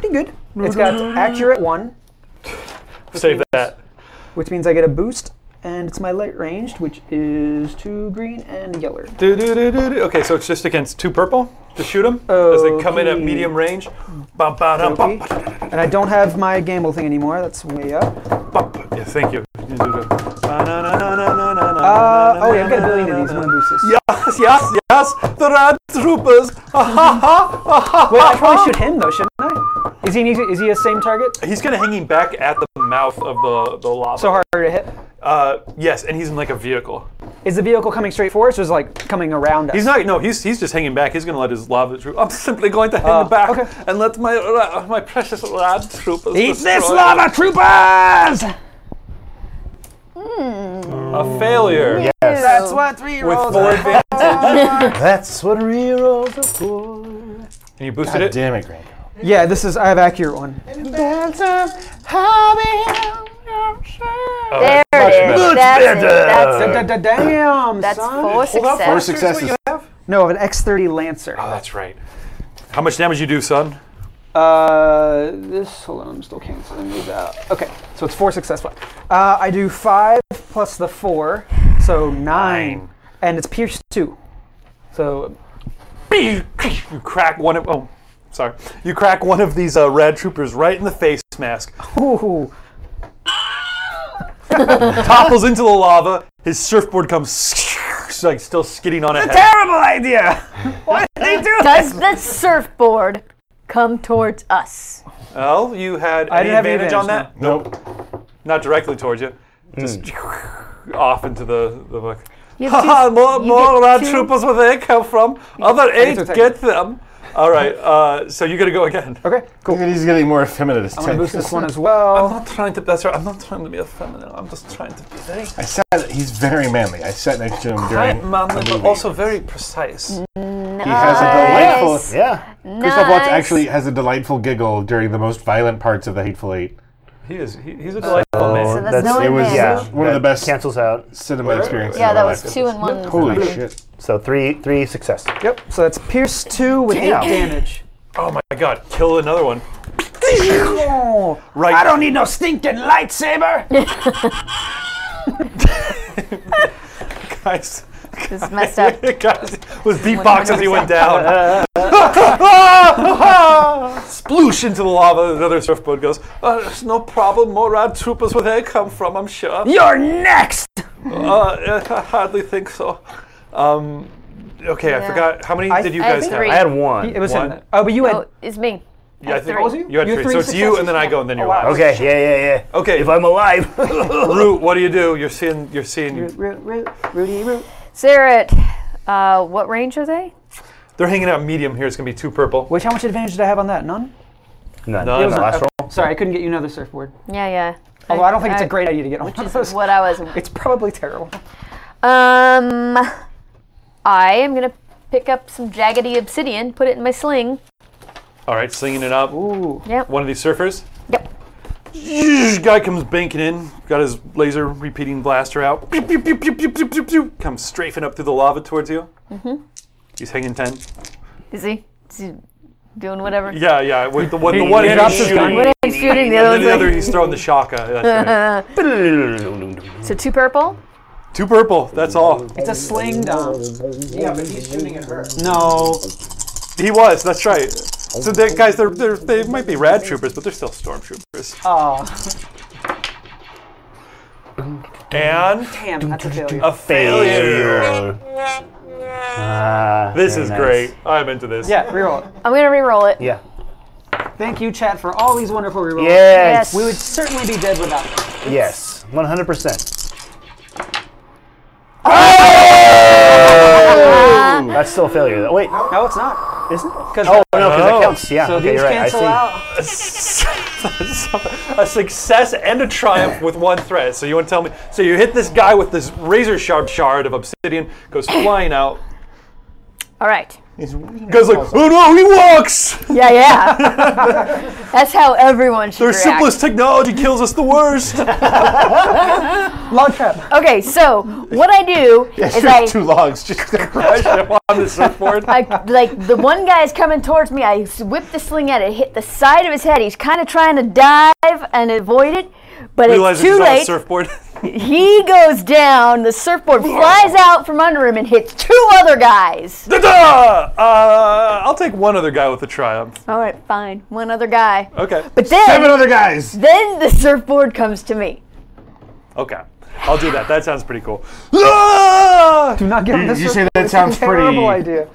D: Pretty good. It's got accurate one,
E: Save that.
D: which means I get a boost, and it's my light ranged, which is two green and yellow.
E: Do-do-do-do-do. Okay, so it's just against two purple. Just shoot them as they come in at
D: Okay.
E: medium range. Bum, ba, dum, bum,
D: Okay. And I don't have my gamble thing anymore. That's way up.
E: Yeah, thank you.
D: Uh,
E: Uh,
D: oh yeah, I've got a billion of these. I'm gonna boost this.
E: Yes, yes, yes, the Rad Troopers.
D: Wait, I probably shoot him though, shouldn't I? Is he an easy, is he a same target?
E: He's kind of hanging back at the mouth of the, the lava.
D: So hard to hit.
E: Uh, yes, and he's in like a vehicle.
D: Is the vehicle coming straight for us, or is it like coming around us?
E: He's not, no, he's, he's just hanging back. He's going to let his lava troop. I'm simply going to hang
D: Oh,
E: back
D: okay.
E: and let my ra- my precious Rad Troopers
D: Eat this
E: destroy
D: lava, troopers!
E: A failure.
D: That's what three
E: With
D: rolls.
E: four advantage.
F: That's what real rolls are for.
E: And you boosted
C: God
E: it?
C: damn it, Grant.
D: Yeah, this is I have accurate one.
E: Oh,
B: There
E: that's much
B: it is. That's
E: better.
B: it.
F: better.
B: That's it.
D: Da- da- Damn,
B: That's
D: son.
B: four
C: Four
B: success.
C: successes.
D: No, an X30 Lancer.
F: Uh.
E: Oh, that's right. How much damage you do, son?
D: Uh, this hold on, I'm still canceling these out. Okay, so it's four successful. Uh, I do five plus the four, so nine,
E: Nine.
D: and it's pierce two. So
E: you crack one of oh sorry you crack one of these uh, rad troopers right in the face mask
D: ooh,
E: topples into the lava his surfboard comes like still skidding on it
F: Terrible idea. Why did they do that?
B: Does the surfboard come towards us?
E: well you had any
D: I didn't have any
E: advantage, on that
D: advantage,
C: Nope.
E: not directly towards you just off into the the book
B: You have two-
E: Haha, more,
B: you
E: more
B: get
E: rad
B: two-
E: troopers where they come from other eight
D: to attack.
E: get them all right uh, so you're gonna go again
D: Okay, cool.
C: Look at- He's getting more effeminate as
D: I'm gonna
C: time
D: boost this
C: goes
D: one
C: on.
D: as well.
E: I'm not trying to. That's right. I'm not trying to be a feminine. I'm just trying to be very
C: I sat. He's very manly. I sat next to him during.
E: manly, but also very precise.
D: Mm.
C: He has a delightful.
B: Nice.
F: Yeah.
C: Christoph Waltz
B: Nice.
C: actually has a delightful giggle during the most violent parts of the Hateful Eight.
E: He is. He,
D: Uh,
E: he's a delightful man.
B: So that's no
C: it was-
B: advantage.
F: yeah,
C: One of the
F: that
C: best-
F: cancels out.
C: Cinema experience.
B: Yeah,
C: of
B: that
C: my
B: was
C: life.
B: two and one.
C: Holy shit.
F: So three, three success.
D: Yep. So that's pierce two with
F: Damn.
D: eight damage.
E: Oh my god! Kill another one. Right.
F: I don't need no stinking lightsaber.
E: guys.
B: This is messed up.
E: guys was beatbox as he went down. Sploosh into the lava. Another surfboat goes, uh, There's no problem. Morad troopers where they come from, I'm sure.
F: You're next.
E: Uh, I hardly think so. Um, okay, I
B: Yeah.
E: forgot. How many did you
B: I
E: guys
B: think
E: have?
B: three.
F: I had one.
D: It was
E: What?
D: him. Oh, but you had.
B: Oh, it's me.
E: Yeah, I think
B: What was you?
E: you had
D: You
E: three.
D: three
E: So it's you,
D: successes?
E: and then I go, and then you're
D: Oh, wow.
E: last.
F: Okay. Yeah. Yeah. Yeah.
E: Okay.
F: If I'm alive.
E: Root, what do you do? You're seeing. You're seeing.
D: Ru- Ru- Rudy, Ru-
B: Sarah, uh, what range are they?
E: They're hanging out medium here. It's gonna be two purple.
D: Which, how much advantage did I have on that? None?
F: None.
E: None.
F: Last roll.
D: Sorry, I couldn't get you another surfboard.
B: Yeah, yeah.
D: Although I don't think it's a
B: I-
D: great idea to get on one of
B: This
D: those.
B: is what I was.
D: It's probably terrible.
B: Um, I am gonna pick up some jaggedy obsidian, put it in my sling.
E: All right, slinging it up.
D: Ooh.
B: Yep.
E: One of these surfers.
B: Yep.
E: Zhuzh, Guy comes banking in, got his laser repeating blaster out. Pew, pew, pew, pew, pew, pew, pew, pew. Comes strafing up through the lava towards you. Mm-hmm. He's hanging ten.
B: Is he, is he doing whatever?
E: Yeah, yeah. With the one, the one
F: He
E: he's
F: drops his
E: shooting,
F: gun.
E: and
B: What he's shooting the
E: then the
B: other
E: other
B: thing.
E: he's throwing the shaka. That's right.
B: So two purple.
E: Two purple. That's all.
D: It's a sling dom.
G: Yeah, but he's shooting at her.
E: No, he was. That's right. So they, guys, they're, they're they might be rad troopers, but they're still stormtroopers.
D: Oh,
E: And
D: damn, that's a failure.
E: a failure.
F: Ah,
E: This
F: very
E: is
F: nice.
E: great. I'm into this.
D: Yeah, reroll it.
B: I'm gonna re-roll it.
F: Yeah.
D: Thank you, chat, for all these wonderful rerolls.
F: Yes.
D: We would certainly be dead without them.
F: Yes. One hundred percent. Oh!
D: Oh!
F: That's still a failure. though. Wait,
D: No, it's not.
F: isn't it?
D: Because
F: Oh no, because
E: Oh.
F: it counts. Yeah.
D: Oh, so
F: okay,
D: these
F: you're right. I
D: cancel
F: see.
D: out.
E: a success and a triumph with one threat. So you want to tell me? So you hit this guy with this razor sharp shard of obsidian, goes flying out.
B: All right.
E: Guys like, oh no, he walks.
B: Yeah, yeah. That's how everyone should
E: The
B: react.
E: simplest technology kills us the worst.
D: Log trap.
B: Okay, so what I do is I,
C: Two logs just crash.
E: on the surfboard.
B: I like the one guy is coming towards me. I s- whip the sling at it, hit the side of his head. He's kind of trying to dive and avoid it, but
E: Realize
B: it's
E: he's
B: too
E: on a
B: late.
E: surfboard.
B: He goes down. The surfboard flies out from under him and hits two other guys.
E: Ta-da! Uh, I'll take one other guy with a triumph.
B: All right, fine. One other guy.
E: Okay.
B: But then,
C: Seven other guys.
B: then the surfboard comes to me.
E: Okay. I'll do that. That sounds pretty cool. Ah!
D: Do not give them this.
C: you
D: is
C: say
D: a
C: that sounds
D: Terrible
C: pretty-
D: idea.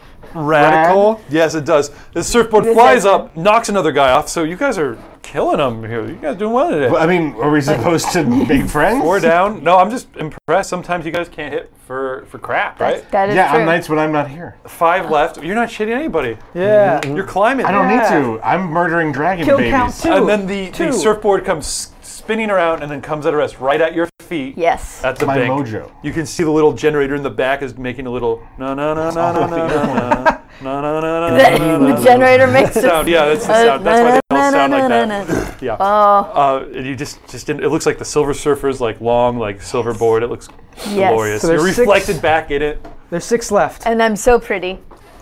E: Radical? Yes, it does. The surfboard flies up, knocks another guy off. So you guys are killing him here. You guys doing well today.
C: I mean, are we supposed to make friends?
E: Four down. No, I'm just impressed. Sometimes you guys can't hit for for crap, right?
B: That is
C: yeah,
B: true.
C: on nights when I'm not here.
E: Five left. You're not shitting anybody.
D: Yeah.
E: You're climbing.
C: I don't
D: Yeah.
C: need to. I'm murdering dragon
D: Kill
C: babies.
D: count two.
E: And then the, the
D: Two.
E: surfboard comes s- spinning around and then comes at a rest right at your feet.
B: yes.
E: At the
C: My
E: bank.
C: mojo.
E: You can see the little generator in the back is making a little no no no no no no no no no no
B: The,
E: no no
B: the generator makes it.
E: sound. Yeah, that's the sound. That's why they all sound like that. Yeah.
B: Oh,
E: Uh, and you just just didn't, it looks like the Silver Surfer's like long like silver board. It looks
B: yes.
E: glorious.
D: there's
E: You're
D: six-
E: reflected back in it.
D: There's six left.
B: And I'm so pretty.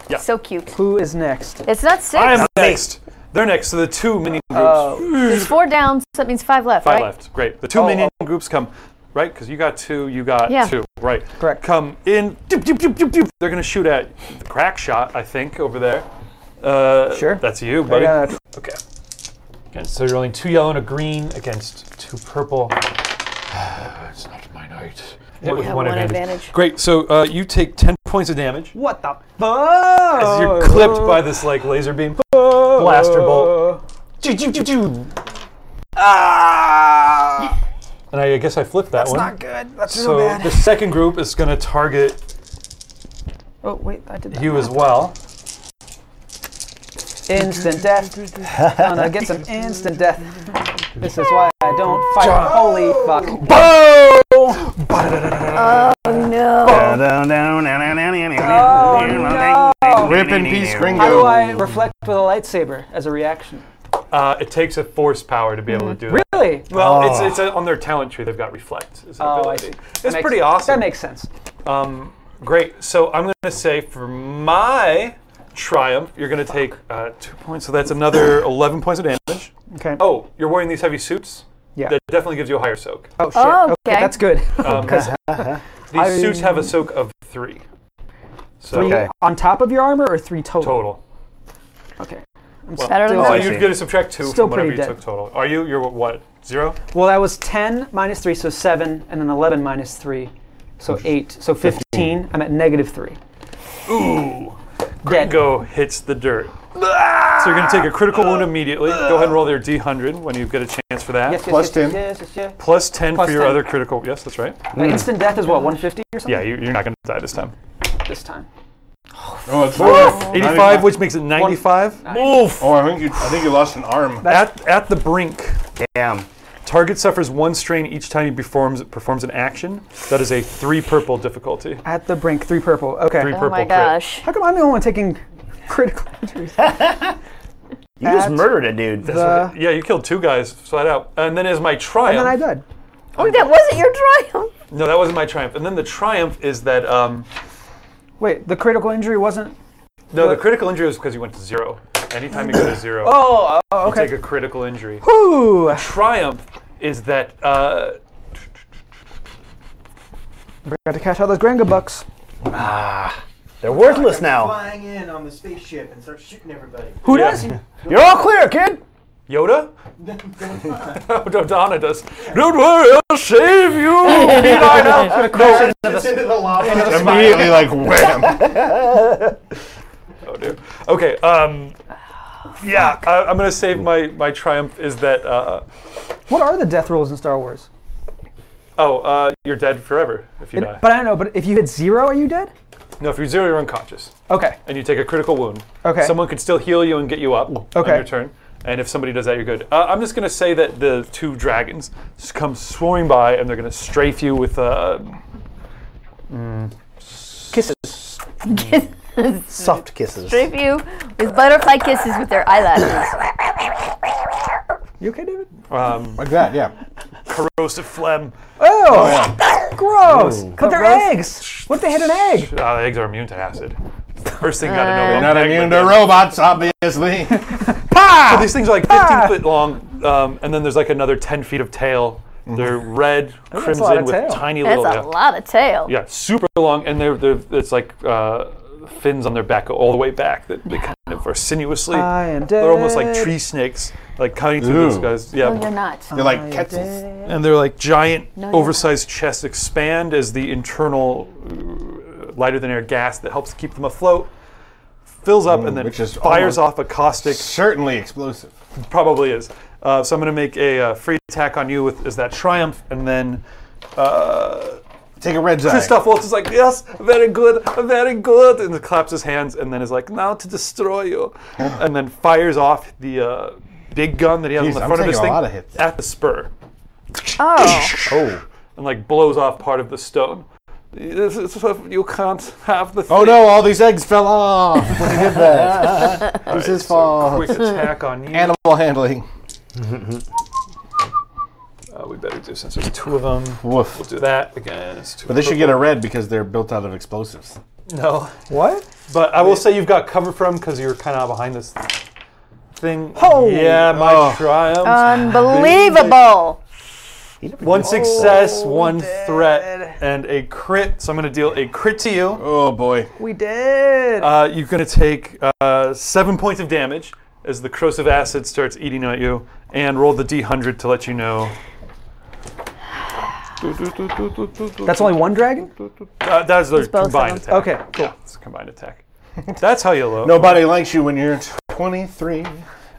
E: Yeah.
B: So cute.
D: Who is next?
B: It's not six.
E: I am next. They're next. So the two minion groups.
B: There's four down, so that means five left,
E: Five
B: right?
E: left. Great. The two minion groups come, right? Because you got two, you got
B: Yeah.
E: two. Right.
D: Correct.
E: Come in. Doop, doop, doop, doop, doop. They're going to shoot at the crack shot, I think, over there. Uh,
D: Sure.
E: That's you, buddy.
D: got it.
E: Okay. Okay. So you're only two yellow and a green against two purple. it's not my night. Hit with
B: Have
E: one
B: one
E: advantage.
B: advantage.
E: Great. So uh, you take 10 points of damage
D: What the fuck?
E: as you're clipped by this like laser beam blaster bolt. Choo, choo, choo, choo.
D: Ah!
E: And I guess I flipped that one.
D: Not good. That's
E: So
D: so bad.
E: the second group is going to target
D: oh wait, I did that.
E: you as well.
D: Instant death. I'm gonna get some instant death. This is why I don't fight. Holy fuck.
B: No.
C: Rip in peace, gringo.
D: How do I reflect with a lightsaber as a reaction?
E: Uh, it takes a force power to be able to do that.
D: Mm-hmm. Really?
E: Well, it's, it's uh on their talent tree. They've got reflect. Is
D: Oh,
E: an
D: I see.
E: ability. It's
D: Makes-
E: pretty awesome.
D: That makes sense.
E: um, great. So I'm going to say for my triumph. You're going to take uh, two points, so that's another 11 points of damage.
D: Okay.
E: Oh, you're wearing these heavy suits.
D: yeah.
E: That definitely gives you a higher soak. Um,
D: Oh shit.
B: Oh, okay.
D: okay. That's good.
E: These suits have a soak of three. So
D: Three on top of your armor or three total?
E: total.
D: Okay.
B: Better than
E: Oh,
B: that.
E: you're going to subtract two
D: Still
E: from whatever you
D: pretty dead.
E: took total. Are you? You're what? Zero?
D: Well, that was 10 minus 3, so 7, and then 11 minus 3, so 8. So 15. I'm at negative 3.
E: Ooh.
D: Dead.
E: Go hits the dirt. So you're going to take a critical wound immediately. Go ahead and roll your d100 when you get a chance for that.
D: Yes, yes,
C: Plus
D: yes,
C: 10.
D: Yes, yes, yes.
E: Plus 10
D: Plus
E: for your
D: 10.
E: other critical. Yes, that's right.
D: Instant death is what, 150 or something?
E: Yeah, you, you're not going to die this time.
D: This time.
C: Oh, it's oh,
E: 85, which makes it 95. Move!
C: oh, I think you. I think you lost an arm.
E: At, at the brink,
F: Damn.
E: target suffers one strain each time he performs performs an action. That is a three purple difficulty.
D: At the brink, 3 purple. Okay.
E: Three
B: Oh
E: purple
B: my
E: crit.
B: gosh.
D: How come I'm the only one taking critical injuries?
F: You just
D: At
F: murdered a dude.
D: Uh,
E: Yeah, you killed two guys flat out. And then as my triumph.
D: and I died.
B: Oh, that wasn't your triumph.
E: No, that wasn't my triumph. And then the triumph is that um,
D: Wait, the critical injury wasn't.
E: no, the critical injury was because you went to zero. Anytime you go to zero,
D: Oh, oh
E: you take
D: okay.
E: a critical injury.
D: Ooh.
E: triumph is that uh,
D: Got to cash all those Granga bucks.
F: They're worthless now.
G: Flying in on the spaceship and start shooting everybody.
D: Who does?
F: You're all clear, kid.
E: Yoda? Dodonna does. Don't worry, I'll save you.
G: Just into the lava.
C: Immediately, like wham.
E: Oh, dear. Okay. Um, yeah, I, I'm gonna save my my triumph. Is that uh,
D: What are the death rules in Star Wars?
E: oh uh, you're dead forever if you die.
D: But I don't know, but if you hit zero, are you dead?
E: No, if you're zero, you're unconscious
D: Okay.
E: and you take a critical wound.
D: Okay.
E: Someone could still heal you and get you up
D: Okay.
E: on your turn. And if somebody does that, you're good. Uh, I'm just gonna say that the two dragons just come swarming by and they're gonna strafe you with uh,
F: Soft kisses.
B: If you with butterfly kisses with their eyelashes.
D: You okay, David?
C: Like that, yeah.
E: corrosive phlegm.
D: Oh, gross! But they're eggs. What if they had an egg?
E: Uh, eggs are immune to acid. First thing you gotta know. about
C: Not
E: egg
C: immune
E: would
C: to
E: be-
C: robots, obviously.
E: So these things are like 15
D: Ah!
E: foot long, um, and then there's like another 10 feet of tail.
D: Mm-hmm.
E: They're red,
D: a lot
E: crimson,
D: of
E: with
D: tail.
E: tiny
B: That's
E: little.
B: a
E: yeah.
B: lot of tail.
E: Yeah, super long, and they're, they're it's like uh, fins on their back all the way back that they kind of are sinuously.
D: I am
E: They're almost like
D: dead.
E: tree snakes, like cutting through those
C: Ooh.
E: guys. Yeah,
B: No, you're not.
C: They're like Quetzals.
E: and their like giant,
B: you're not.
E: oversized chests expand as the internal uh, lighter than air gas that helps keep them afloat fills up, and then
C: which is
E: fires
C: almost-
E: off a caustic
C: Certainly explosive.
E: Probably is. Uh, so I'm going to make a uh, free attack on you with is that triumph, and then uh,
C: Take a red zone.
E: Christoph Waltz is like, yes, very good, very good, and claps his hands, and then is like, now to destroy you, and then fires off the uh, big gun that he has
C: Jeez,
E: on the
C: I'm
E: front of his
C: taking a
E: thing
C: lot of hits.
E: at the spur,
B: Oh,
C: Oh.
E: and like blows off part of the stone. This is- You can't have the.
C: Oh
E: thing.
C: no! All these eggs fell off. When he did that, it was his fault.
E: Quick attack on you.
C: Animal handling.
E: Uh, we better do since there's two of them.
C: Woof.
E: We'll do that again. It's two
C: But they should get a red because they're built out of explosives.
E: no.
D: What?
E: But I will say you've got cover from because you're kind of behind this thing.
D: Oh.
E: yeah, my
C: Oh.
E: triumphs. Um,
B: unbelievable.
E: one success, one threat, and a crit. So I'm going to deal a crit to you.
C: Oh boy.
D: We did.
E: Uh, you're going to take uh, seven points of damage as the corrosive acid starts eating at you, and roll the d100 to let you know.
D: That's only one dragon.
E: Uh, that's their
B: both of
E: combined attack.
B: them.
D: Okay, cool.
E: Yeah, it's a combined attack. That's how you low.
C: Nobody likes you when you're 23.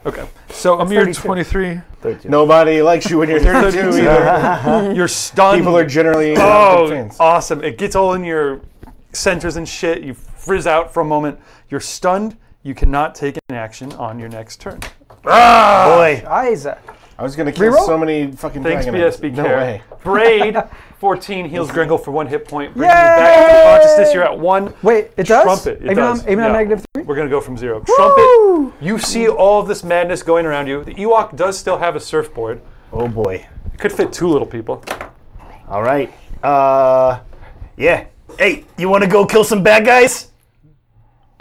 E: Okay. So I'm your
D: 32.
E: 23.
C: Nobody likes you when you're 32 either.
E: You're stunned.
C: People are generally
E: Oh,
C: fans.
E: awesome. It gets all in your centers and shit. You frizz out for a moment. You're stunned. You cannot take an action on your next turn.
F: Boy.
D: Isaac.
C: I was gonna kill
D: Reroll?
C: so many fucking
E: Thanks,
C: dragon eggs.
E: BSB
C: No
E: care.
C: way.
E: Braid, 14, heals Gringle for one hit point. Bringing you back to
D: Yay!
E: consciousness. You're at one.
D: Wait, it does.
E: Trumpet. It
D: even
E: does.
D: on, even on
E: Yeah.
D: negative three.
E: We're going to go from zero. Trumpet, you see all of this madness going around you. The Ewok does still have a surfboard.
F: Oh boy.
E: It could fit two little people.
F: All right. Uh, yeah. Hey, you want to go kill some bad guys?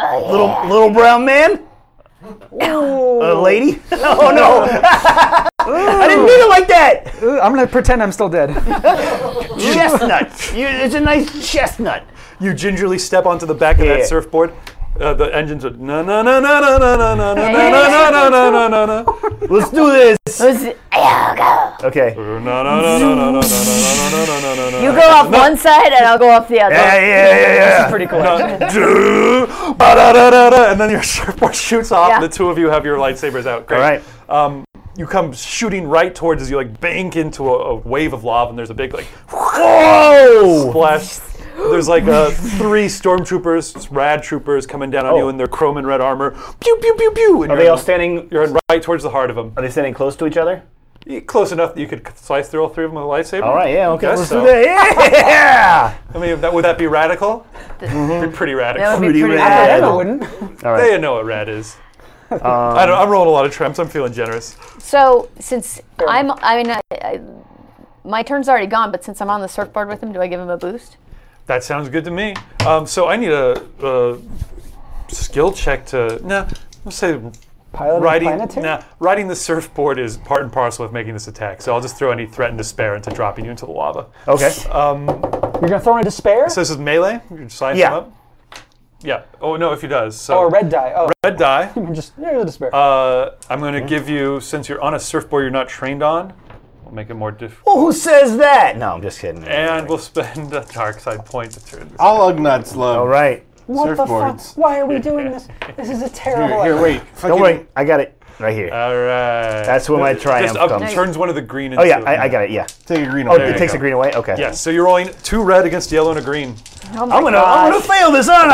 F: Little little brown man. A lady? Oh no! I didn't mean it like that.
D: Ooh, I'm gonna pretend I'm still dead.
F: Chestnut. You, it's a nice chestnut.
E: You gingerly step onto the back of
F: Yeah.
E: that surfboard. Uh, the engines are na na na na na na na na na na na na na na na.
F: Let's do this.
B: I'll go.
F: Okay.
B: You go off one side and I'll go off the other.
F: Yeah, yeah, yeah, yeah.
D: Pretty cool.
E: and then your surfboard shoots off.
B: Yeah.
E: and The two of you have your lightsabers out. Great.
F: All right.
E: Um, you come shooting right towards as you like bank into a, a wave of lava, and there's a big like
F: Whoa!
E: splash. There's like uh, three stormtroopers, rad troopers coming down on you in their chrome and red armor. Pew pew pew pew. And
F: Are they all standing?
E: You're in right towards the heart of them.
F: Are they standing close to each other?
E: Close enough that you could slice through all three of them with a lightsaber.
F: All right. Yeah. Okay.
E: Guess
F: Let's
E: so.
F: do that.
E: I mean, that, would that be radical?
F: Mm-hmm.
E: Be pretty radical.
B: That would be
F: Pretty
B: pretty
F: rad.
B: rad.
D: I know I wouldn't.
E: They know what rad is. I don't,
F: Um,
E: I'm rolling a lot of trumps. I'm feeling generous.
B: So since I'm, I mean, I, I, my turn's already gone, but since I'm on the surfboard with him, do I give him a boost?
E: That sounds good to me. Um, so I need a, a skill check to. Nah, I'll say
D: Pilot
E: riding.
D: planetary.
E: Nah, riding the surfboard is part and parcel of making this attack. So I'll just throw any threat and despair into dropping you into the lava.
F: Okay.
D: You're gonna throw in a despair
E: So this is melee. You slice
F: Yeah.
E: him up. Yeah. Oh no, if he does. So
D: or a red die. Oh,
E: red die.
D: I'm just yeah, a despair.
E: Uh, I'm going to give you, since you're on a surfboard you're not trained on, we'll make it more difficult.
F: Who says that? No, I'm just kidding.
E: And we'll spend a dark side point to turn this.
C: All Ugnuts love
F: All right.
D: what the fuck?
C: surfboards.
D: Why are we doing this? This is a terrible.
C: Here, here,
D: idea.
C: wait.
F: Don't
C: Fucking-
F: worry. I got it right here.
E: All right.
F: That's where my
E: Just
F: triumph
E: up,
F: comes.
E: turns one of the green into
F: Oh yeah, I, I got it. Yeah.
C: Take a green
F: Oh,
C: one.
F: it takes a green away. Okay.
E: Yes, so you're rolling two red against yellow and a green.
B: Oh my
F: I'm gonna
B: God.
F: I'm gonna fail this, aren't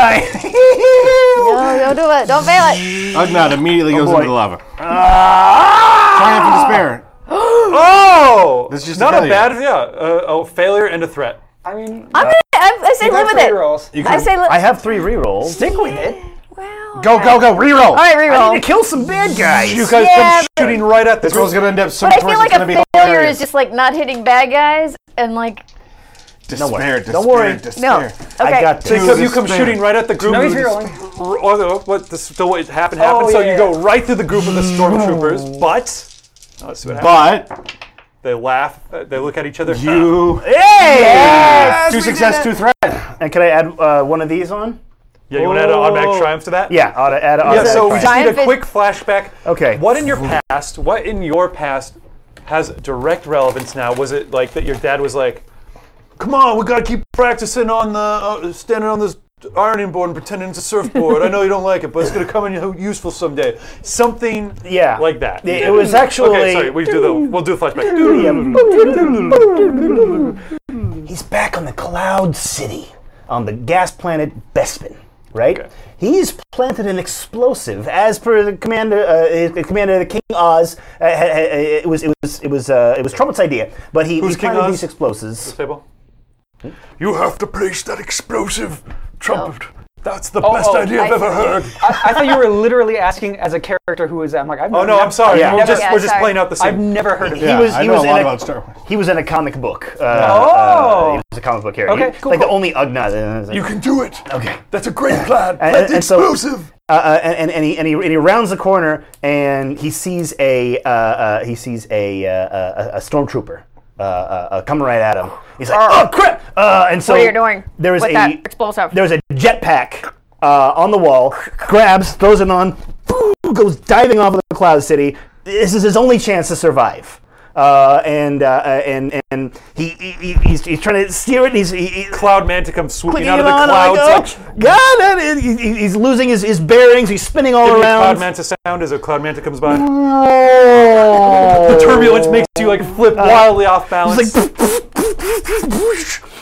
F: I?
B: No, don't do it. Don't fail it.
C: Ugnut immediately goes
F: boy.
C: into the lava.
F: Ah!
C: Triumph and despair.
E: Oh!
C: That's just a
E: not a,
C: failure.
E: bad, yeah. Uh, oh, failure and a threat.
D: I mean,
B: I'm gonna, I, I say live with it.
D: rolls. You
B: I say live.
F: I have three rerolls.
D: stick with it.
B: Wow.
C: Go, go, go. Reroll.
B: All right,
F: I
B: reroll.
F: need to kill some bad guys.
E: You guys
B: Yeah,
E: come shooting right at this.
C: This roll's gonna end up so
B: But I
C: much worse.
B: feel
C: It's
B: like
C: gonna be
B: a failure
C: hilarious.
B: is just like not hitting bad guys and like
C: despair,
F: worry.
C: despair,
F: Don't worry.
C: Despair.
B: no. Okay.
F: I got
E: So
F: two.
E: you come, you come
C: despair.
E: shooting right at the group.
D: No,
E: of
D: he's
E: the-
D: rolling.
E: or the- oh, what, the, the, what happened happened.
D: Oh,
E: so
D: yeah,
E: you
D: yeah.
E: go right through the group of the stormtroopers, but oh, let's see what happens.
C: But
E: they laugh. uh, They look at each other.
C: you
F: Hey!
C: two success, two threat.
F: And can I add uh, one of these on?
E: Yeah, you want to add an automatic triumph to that?
F: Yeah, I'll add- add an
E: Yeah,
F: automatic
E: so we
F: triumph.
E: just need
B: Triumph
E: a
B: is-
E: quick flashback.
F: Okay.
E: What in your past, what in your past has direct relevance now? Was it like that your dad was like, come on, we got to keep practicing on the, uh, standing on this ironing board and pretending it's a surfboard. I know you don't like it, but it's going to come in useful someday. Something
F: Yeah.
E: like that.
F: It, it was actually.
E: Okay, sorry, we do the, we'll do a flashback. Hmm.
F: Hmm. He's back on the Cloud City, on the gas planet Bespin, right?
E: Okay.
F: He's planted an explosive, as per the commander, uh, eh, the commander of the King Oz. Uh, eh, eh, eh, it was, it was, it was, uh, it was Trumpet's idea, but he,
E: Who's
F: he
E: King
F: planted
E: Oz?
F: these explosives.
E: Table.
H: You have to place that explosive trumpet. That's the
D: Oh,
H: best
D: oh,
H: idea I've
B: I-
H: ever heard.
D: I, I thought you were literally asking as a character who is that. I'm like, I've
E: Oh,
D: never-
E: no, I'm sorry.
F: Yeah.
E: We're, just,
B: Yeah,
E: we're just
B: sorry.
E: playing out the
D: I've
E: scene.
D: never heard of
F: He
D: him.
F: was,
C: I
F: he
C: know a
F: was in
C: lot
F: a,
C: about Star Wars.
F: He was in a comic book. Uh,
D: Oh.
F: uh, he was a comic book character.
D: Okay,
F: He-
D: cool,
F: like
D: cool.
F: the only Ugnat.
H: You can do it.
F: okay.
H: That's a great plan.
F: And-
H: Plant
F: and-
H: the
F: and so-
H: explosive.
F: uh, uh, and, and, and, he, and, he, and he rounds the corner and he sees a uh, uh, he sees a uh, a, a stormtrooper uh, uh, uh, coming right at him. He's like, "Oh crap!" Uh, and so
B: What are you doing
F: There is
B: with
F: a
B: that explosive?
F: There is a jetpack uh, on the wall. Grabs, throws it on, goes diving off of the Cloud City. This is his only chance to survive. Uh, and, uh, uh, and and he, he he's, he's trying to steer it. And he's he, he-
E: Cloud man to come swooping
F: clicking
E: out of the
F: it on,
E: clouds. like,
F: Like, oh, God, that is- he- he- he's losing his, his bearings. He's spinning all
E: Give me a
F: around.
E: Cloud Manta sound as a Cloud Manta comes by.
F: the Oh.
E: The turbulence makes you like flip wildly off balance.
F: He's like,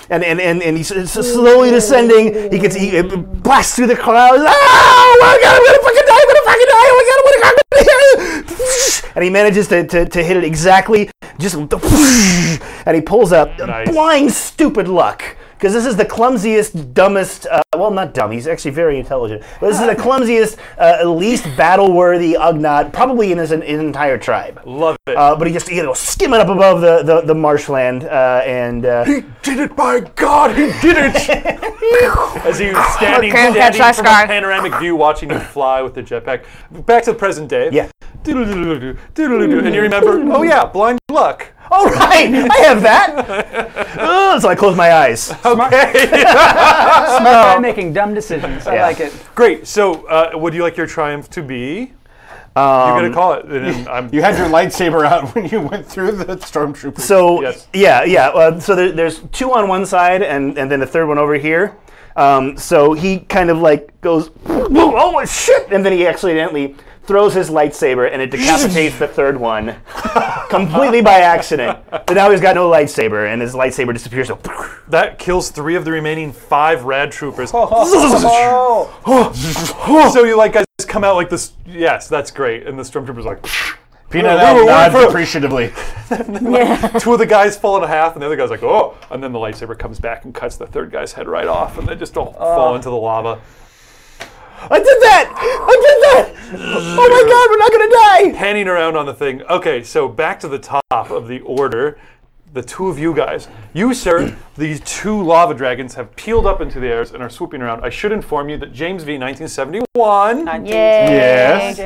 F: and and and, and he's s- slowly descending. He gets he uh, blasts through the clouds. Oh my God! I'm gonna fucking die! I'm gonna fucking die! Oh my God! I'm gonna die! And he manages to, to, to hit it exactly. Just and he pulls up.
E: Nice.
F: Blind stupid luck. because this is the clumsiest, dumbest. Uh, well, not dumb. He's actually very intelligent. But this is the clumsiest, uh, least battle-worthy Ugnaught, probably in his, in his entire tribe.
E: Love it.
F: Uh, but he just you know skimming up above the the, the marshland uh, and uh,
H: He did it, by God, he did it!
E: As he was standing,
I: Okay, catch
E: standing
I: that
E: from
I: sky.
E: a panoramic view, watching you fly with the jetpack. Back to the present day.
F: Yeah.
E: Doodle-doodle-doo, doodle-doodle-doo. And you remember, oh yeah, blind luck.
F: all right, I have that. Ugh, so I close my eyes.
D: Smart guy making dumb decisions. I like it.
E: Great. So, uh, would you like your triumph to be? You're gonna call it. and then I'm,
C: You had your lightsaber out when you went through the stormtrooper.
F: So
E: Yes.
F: yeah, yeah. Uh, so there, there's two on one side, and and then a third one over here. Um, so he kind of like goes, oh my shit, and then he accidentally throws his lightsaber, and it decapitates the third one completely by accident. So now he's got no lightsaber, and his lightsaber disappears. So
E: that kills three of the remaining five rad troopers.
D: Oh,
E: so you like guys come out like this. Yes, that's great. And the stormtrooper's like,
C: Peanut
E: we were
C: L nods
E: waiting for-
C: appreciatively.
E: two of the guys fall into half, and the other guy's like, oh. And then the lightsaber comes back and cuts the third guy's head right off, and they just don't fall into the lava.
F: I did that! I did that! Oh my god, we're not gonna die!
E: panning around on the thing. Okay, so back to the top of the order. The two of you guys. You, sir, these two lava dragons have peeled up into the airs and are swooping around. I should inform you that James V, 1971,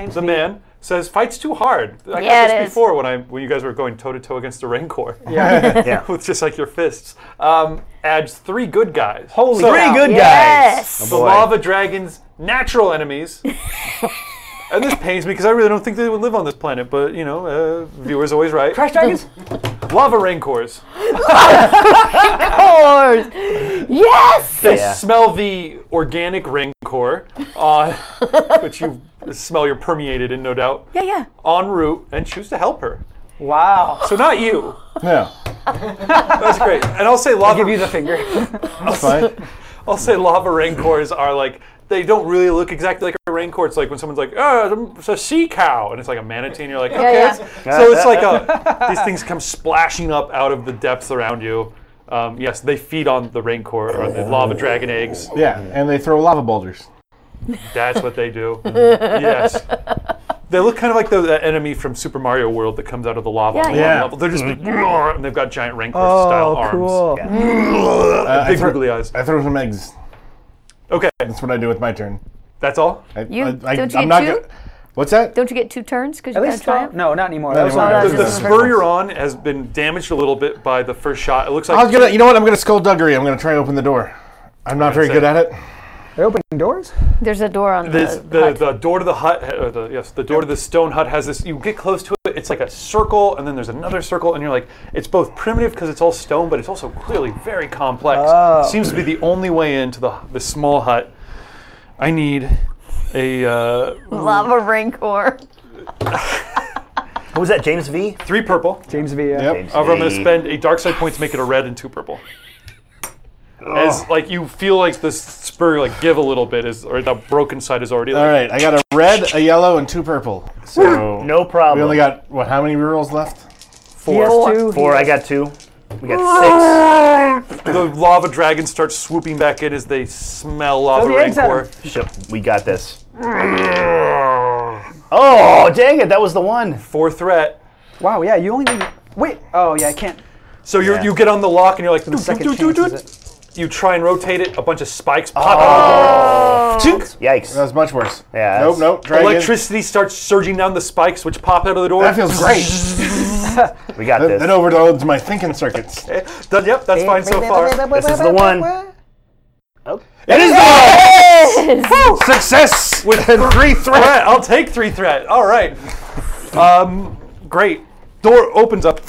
C: Yes.
E: the man, says fights too hard. I
I: Yeah,
E: got
I: it
E: this
I: is.
E: before when I when you guys were going toe to toe against the Rancor.
F: Yeah.
E: With just like your fists. Um, adds three good guys.
F: Holy
E: So-
F: Three good
I: Yes.
F: guys! Oh,
E: the lava dragon's natural enemies. and this pains me because I really don't think they would live on this planet, but you know, uh, viewers always right.
D: crash dragons.
E: Lava rancors.
B: Course. Yes.
E: They
F: Yeah.
E: smell the organic rancor, on, which you smell you're permeated in, no doubt,
B: Yeah, yeah.
E: en route and choose to help her.
D: Wow.
E: So not you.
C: No,
E: That's great. And I'll say lava.
D: Give you the finger.
C: that's fine.
E: I'll say lava rancors are like they don't really look exactly like a rancor. It's like when someone's like, "Oh, it's a sea cow," and it's like a manatee, and you're like, "Okay."
B: yeah.
E: it's- So it's like a, these things come splashing up out of the depths around you. Um, yes, they feed on the rancor or the lava dragon eggs.
C: Yeah, and they throw lava boulders.
E: That's what they do. yes. They look kind of like the, that enemy from Super Mario World that comes out of the lava. on
B: Yeah, Mm-hmm. Oh,
E: one
C: yeah.
E: level. They're just like, and they've got giant rancor style arms.
C: Uh, I,
E: Big
C: throw,
E: googly eyes.
C: I throw some eggs.
E: Okay,
C: That's what I do with my turn.
E: that's all.
C: I,
B: You-
C: I, I,
B: don't you get
C: I'm not
B: two?
C: go- What's that?
B: Don't you get two turns because you
D: At
B: got a
D: least
B: triumph?
D: no, not anymore. That
C: No,
D: was
C: anymore.
D: one
B: Oh,
D: of
B: that
E: The,
B: was
E: the
B: just-
E: spur you're on has been damaged a little bit by the first shot. It looks like
C: I was gonna. You know what? I'm gonna skullduggery. I'm gonna try and open the door. I'm not very
E: say-
C: good at it.
D: They're opening doors.
B: There's a door on
E: This,
B: the.
E: the, the door to the hut, uh, the, yes, the door to the stone hut has this. You get close to it, it's like a circle, and then there's another circle, and you're like, it's both primitive because it's all stone, but it's also clearly very complex.
C: Oh.
E: Seems to be the only way into the the small hut. I need a uh,
B: lava rancor.
F: What was that, James V?
E: three purple.
D: James V. uh,
C: Yep.
E: However, I'm going to spend a dark side point to make it a red and two purple.
C: Oh.
E: As like you feel like this spur like give a little bit is or the broken side is already
C: All
E: like
C: right, I got a red, a yellow, and two purple. So
F: No problem.
C: We only got what? How many rerolls left?
D: He has
F: four.
D: two.
F: Four, I got two. We got
E: the lava dragon starts swooping back in as they smell lava
D: the eggs at
E: rancor.
F: six. Shit, we got this. Oh, dang it, that was the one.
E: Four threat.
D: Wow. Yeah. You only need. Wait. Oh yeah. I can't.
E: So you
F: Yeah.
E: you get on the lock and you're like "Doot,
D: Second
E: doot, doot,
D: chance.
E: doot."
D: is it?
E: You try and rotate it. A bunch of spikes pop out. of the door. Tink.
F: Yikes.
C: That was much worse.
F: Yeah,
C: Nope.
F: that's-
C: Nope. Try again.
E: Electricity starts surging down the spikes, which pop out of the door.
C: That feels great.
F: We got
C: That,
F: this.
C: that overloads my thinking circuits.
E: Eh, done- Yep, that's fine so far.
F: This is the one.
C: It is the one! success with three threats.
E: threat. I'll take three threat. All right. Um, great. Door opens up.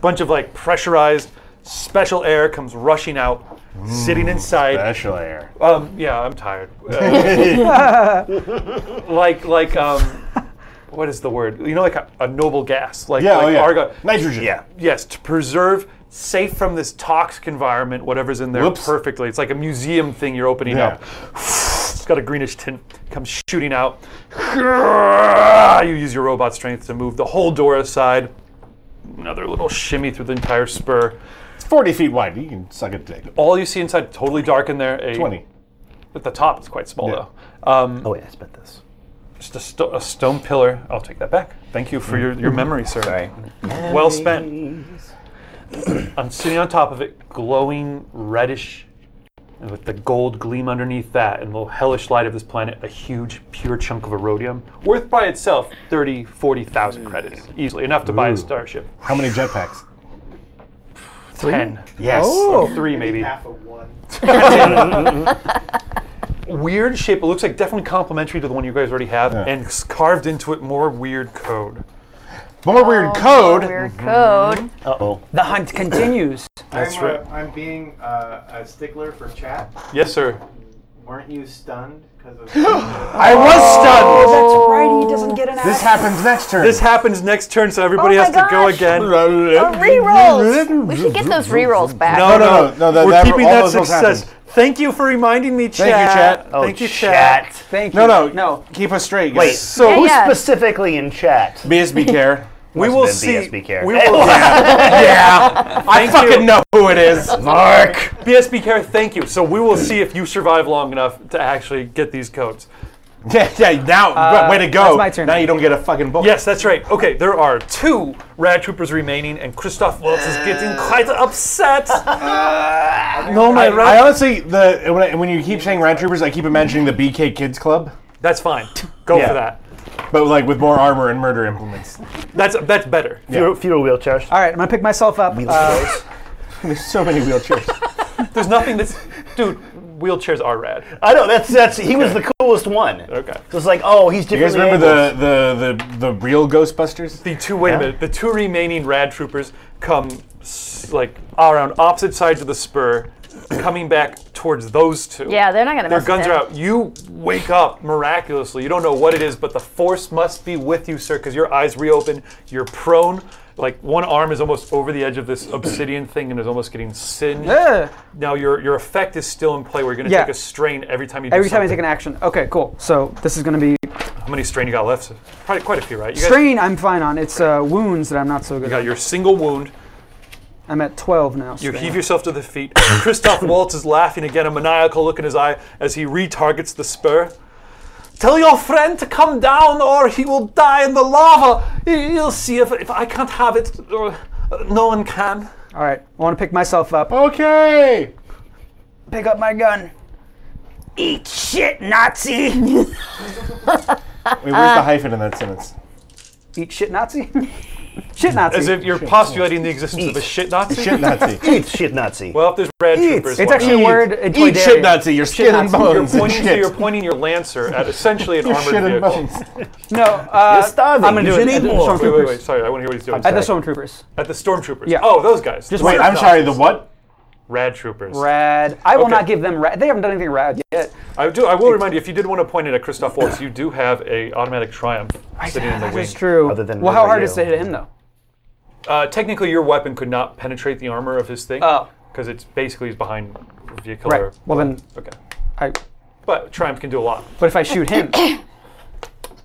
E: Bunch of like pressurized special air comes rushing out, sitting inside.
C: Special air.
E: Um, yeah, I'm tired. Uh, like like um, what is the word? You know, like a, a noble gas, like
C: Yeah.
E: like
C: oh yeah.
E: argon.
C: Nitrogen.
F: Yeah.
E: Yes, to preserve safe from this toxic environment, whatever's in there
C: Whoops.
E: perfectly. It's like a museum thing you're opening
C: Yeah.
E: up. It's got a greenish tint, comes shooting out. You use your robot strength to move the whole door aside. another little shimmy through the entire spur.
C: It's 40 feet wide. You can suck a dick.
E: All you see inside, totally dark in there. A,
C: 20.
E: At the top, it's quite small
C: Yeah.
E: though. Um,
F: Oh wait, I spent this.
E: just a, sto- a stone pillar. I'll take that back. Thank you for your, your
C: Mm-hmm.
E: memory, sir.
I: Sorry.
E: Well spent. I'm sitting on top of it, glowing reddish, and with the gold gleam underneath that and the hellish light of this planet, a huge, pure chunk of erodium. Worth by itself 30,
C: Mm.
E: 40,000 credits. Easily enough to buy a starship.
C: How many jetpacks?
E: Ten.
I: Yes.
D: Oh.
E: Or three, maybe.
G: Half of one.
E: Weird shape. It looks like definitely complementary to the one you guys already have,
C: Yeah.
E: and s- carved into it more weird code.
C: More weird code.
B: Weird code.
F: Uh oh.
D: The hunt continues.
E: That's
G: I'm, uh,
E: right.
G: I'm being uh, a stickler for chat.
E: Yes, sir.
G: Weren't you stunned because of?
C: I was stunned.
F: That's right. He doesn't get an
C: This happens next turn.
E: This happens next turn, so everybody
B: Oh
E: has
B: my
E: to go
B: gosh.
E: again.
B: Oh, rerolls. We should get those rerolls back.
E: No, no, no,
C: no, that-
E: We're
C: that-
E: keeping
C: all
E: that
C: those rolls
E: success.
C: happened.
E: Thank you for reminding me, chat.
C: you, chat.
F: Oh,
E: Thank you,
F: chat.
E: chat.
D: Thank you.
C: No, no,
D: No.
C: Keep us straight.
F: Wait.
C: guys.
F: So who
B: yeah.
F: specifically in chat?
C: BSB care.
E: We will
F: been
E: see.
F: BSB care.
E: We will.
C: I fucking know who it is.
F: Mark.
E: BSB care. Thank you. So we will see if you survive long enough to actually get these codes.
C: Yeah, yeah. Now, way to go.
D: that's my turn.
C: Now you don't get a fucking book.
E: Yes, that's right. Okay, there are two Rad Troopers remaining, and Christoph Waltz is getting quite upset. no, my
C: I
E: Rad.
C: honestly, the when, I, when you keep saying Rad Troopers, I keep imagining the BK Kids Club,
E: That's fine. Go
C: Yeah.
E: for that.
C: but like with more armor and murder implements.
E: That's that's better.
F: Fewer, fewer wheelchairs.
D: All right, I'm gonna pick myself up. Uh,
C: There's so many wheelchairs.
E: There's nothing that's, dude. Wheelchairs are rad.
F: I know. That's that's. He was the coolest one.
E: Okay.
F: So it's like, oh, he's
C: You guys
F: different.
C: remember the, the the the real Ghostbusters?
E: The two wait a minute. The two remaining rad troopers come s- like around opposite sides of the spur, coming back towards those two.
B: Yeah, they're not gonna.
E: Their
B: mess
E: guns
B: with
E: are
B: it.
E: out. You wake up miraculously. You don't know what it is, but the force must be with you, sir, because your eyes reopen. You're prone. Like one arm is almost over the edge of this obsidian thing and is almost getting singed.
D: uh,
E: Now your your effect is still in play. We're gonna
D: Yeah.
E: take a strain every time you do
D: every time I
E: something.
D: take an action. Okay, cool. So this is gonna be
E: How many strain you got left? Probably quite a few, right? You guys-
D: strain. I'm fine on. It's uh, wounds that I'm not so good.
E: you got
D: at.
E: your single wound.
D: I'm at 12 now.
E: You
D: strain.
E: heave yourself to the feet. Christoph Waltz is laughing again, a maniacal look in his eye as he retargets the spur. Tell your friend to come down or he will die in the lava. Y- You'll see if, if I can't have it, or uh, no one can.
D: All right, I want to pick myself up.
C: Okay.
D: Pick up my gun.
F: Eat shit, Nazi.
C: Wait, where's the hyphen in that sentence?
D: Eat shit, Nazi. shit, Nazi.
E: As if you're postulating the existence of a shit Nazi.
C: Shit Nazi.
F: Eat shit, Nazi.
E: Well, if there's red troopers,
D: it's
E: like-
D: actually a word. in
C: Eat
D: Toydarian.
C: shit Nazi. Your skin and
D: Nazi.
C: bones.
E: you're
C: and
E: pointing, so
C: shit.
E: you're pointing your lancer at essentially an
C: Your
E: armored
C: shit and
E: vehicle.
C: bones.
D: No, uh,
F: starving.
D: I'm gonna
F: You
D: do
F: should
D: it.
F: eat
D: at the
F: more.
D: Stormtroopers.
E: Wait, wait, wait. Sorry, I want to hear what he's doing.
D: At the stormtroopers.
E: At the stormtroopers.
D: Yeah.
E: Oh, those guys.
D: Just
C: Wait, I'm sorry. The what?
E: Rad troopers.
D: Rad. I will
E: Okay.
D: not give them rad. They haven't done anything rad yet.
E: I do. I will remind you, if you did want to point it at Christoph Waltz, you do have a automatic triumph sitting in the wing.
D: That's true.
F: Other than
D: well, how
F: over
D: hard
F: you.
D: is it to hit him though?
E: Uh, technically, your weapon could not penetrate the armor of his thing
D: Oh.
E: because it's basically is behind vehicular.
D: Right. Well then,
E: Okay.
D: I.
E: But triumph can do a lot.
D: But if I shoot him,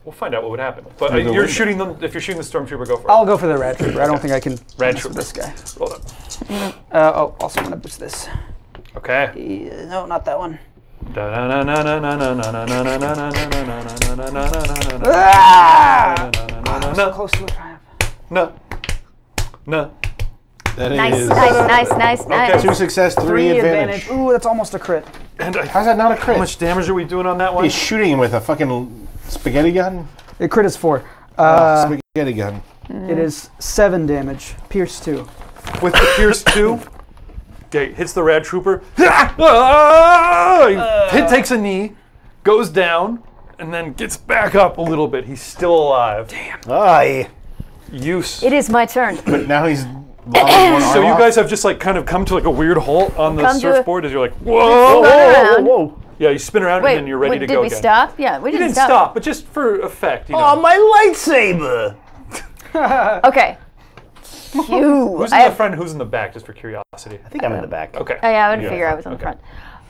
E: We'll find out what would happen. But uh,
C: Through the
E: you're
C: window.
E: shooting them. If you're shooting the stormtrooper, go for it.
D: I'll go for the rad trooper. I don't think I can.
E: Rad
D: mess with
E: trooper.
D: This guy.
E: Roll that.
D: Uh, oh, also I'm gonna boost this.
E: Okay.
D: Yeah, no, not that one. Ah!
E: No.
D: Close to a triumph.
E: No. No.
C: That
B: Nice, nice, nice, nice, nice.
C: Two success, three,
D: Three
C: advantage.
D: advantage. Ooh, that's almost a crit.
E: And I,
C: How's
E: how
C: that not a crit?
E: much damage are we doing on that one?
C: He's shooting him with a fucking spaghetti gun.
D: The crit is four.
C: spaghetti gun.
D: It is seven damage. Pierce two.
E: with the Pierce 2. Okay, hits the Rad Trooper.
B: Uh.
E: Ah! He hit takes a knee, goes down, and then gets back up a little bit. He's still alive.
F: Aye.
E: Use.
B: It is my turn.
C: But now he's. so
E: So you guys have just like kind of come to like a weird halt on the
B: Come to a-
E: surfboard as you're like, whoa!
B: Around.
F: Whoa.
E: Yeah, you spin around
B: Wait,
E: and then you're ready
B: wait,
E: to
B: did
E: go
B: we
E: again.
B: stop? Yeah, we
E: You
B: didn't,
E: didn't stop, but just for effect, you know.
F: Oh, my lightsaber.
B: Okay. Phew.
E: who's in
B: I,
E: the
B: have,
E: front? Who's in the back? Just for curiosity.
F: I think I'm in the back.
E: Okay.
B: oh, yeah, I would
E: Yeah.
B: figure I was on the
E: Okay.
B: front.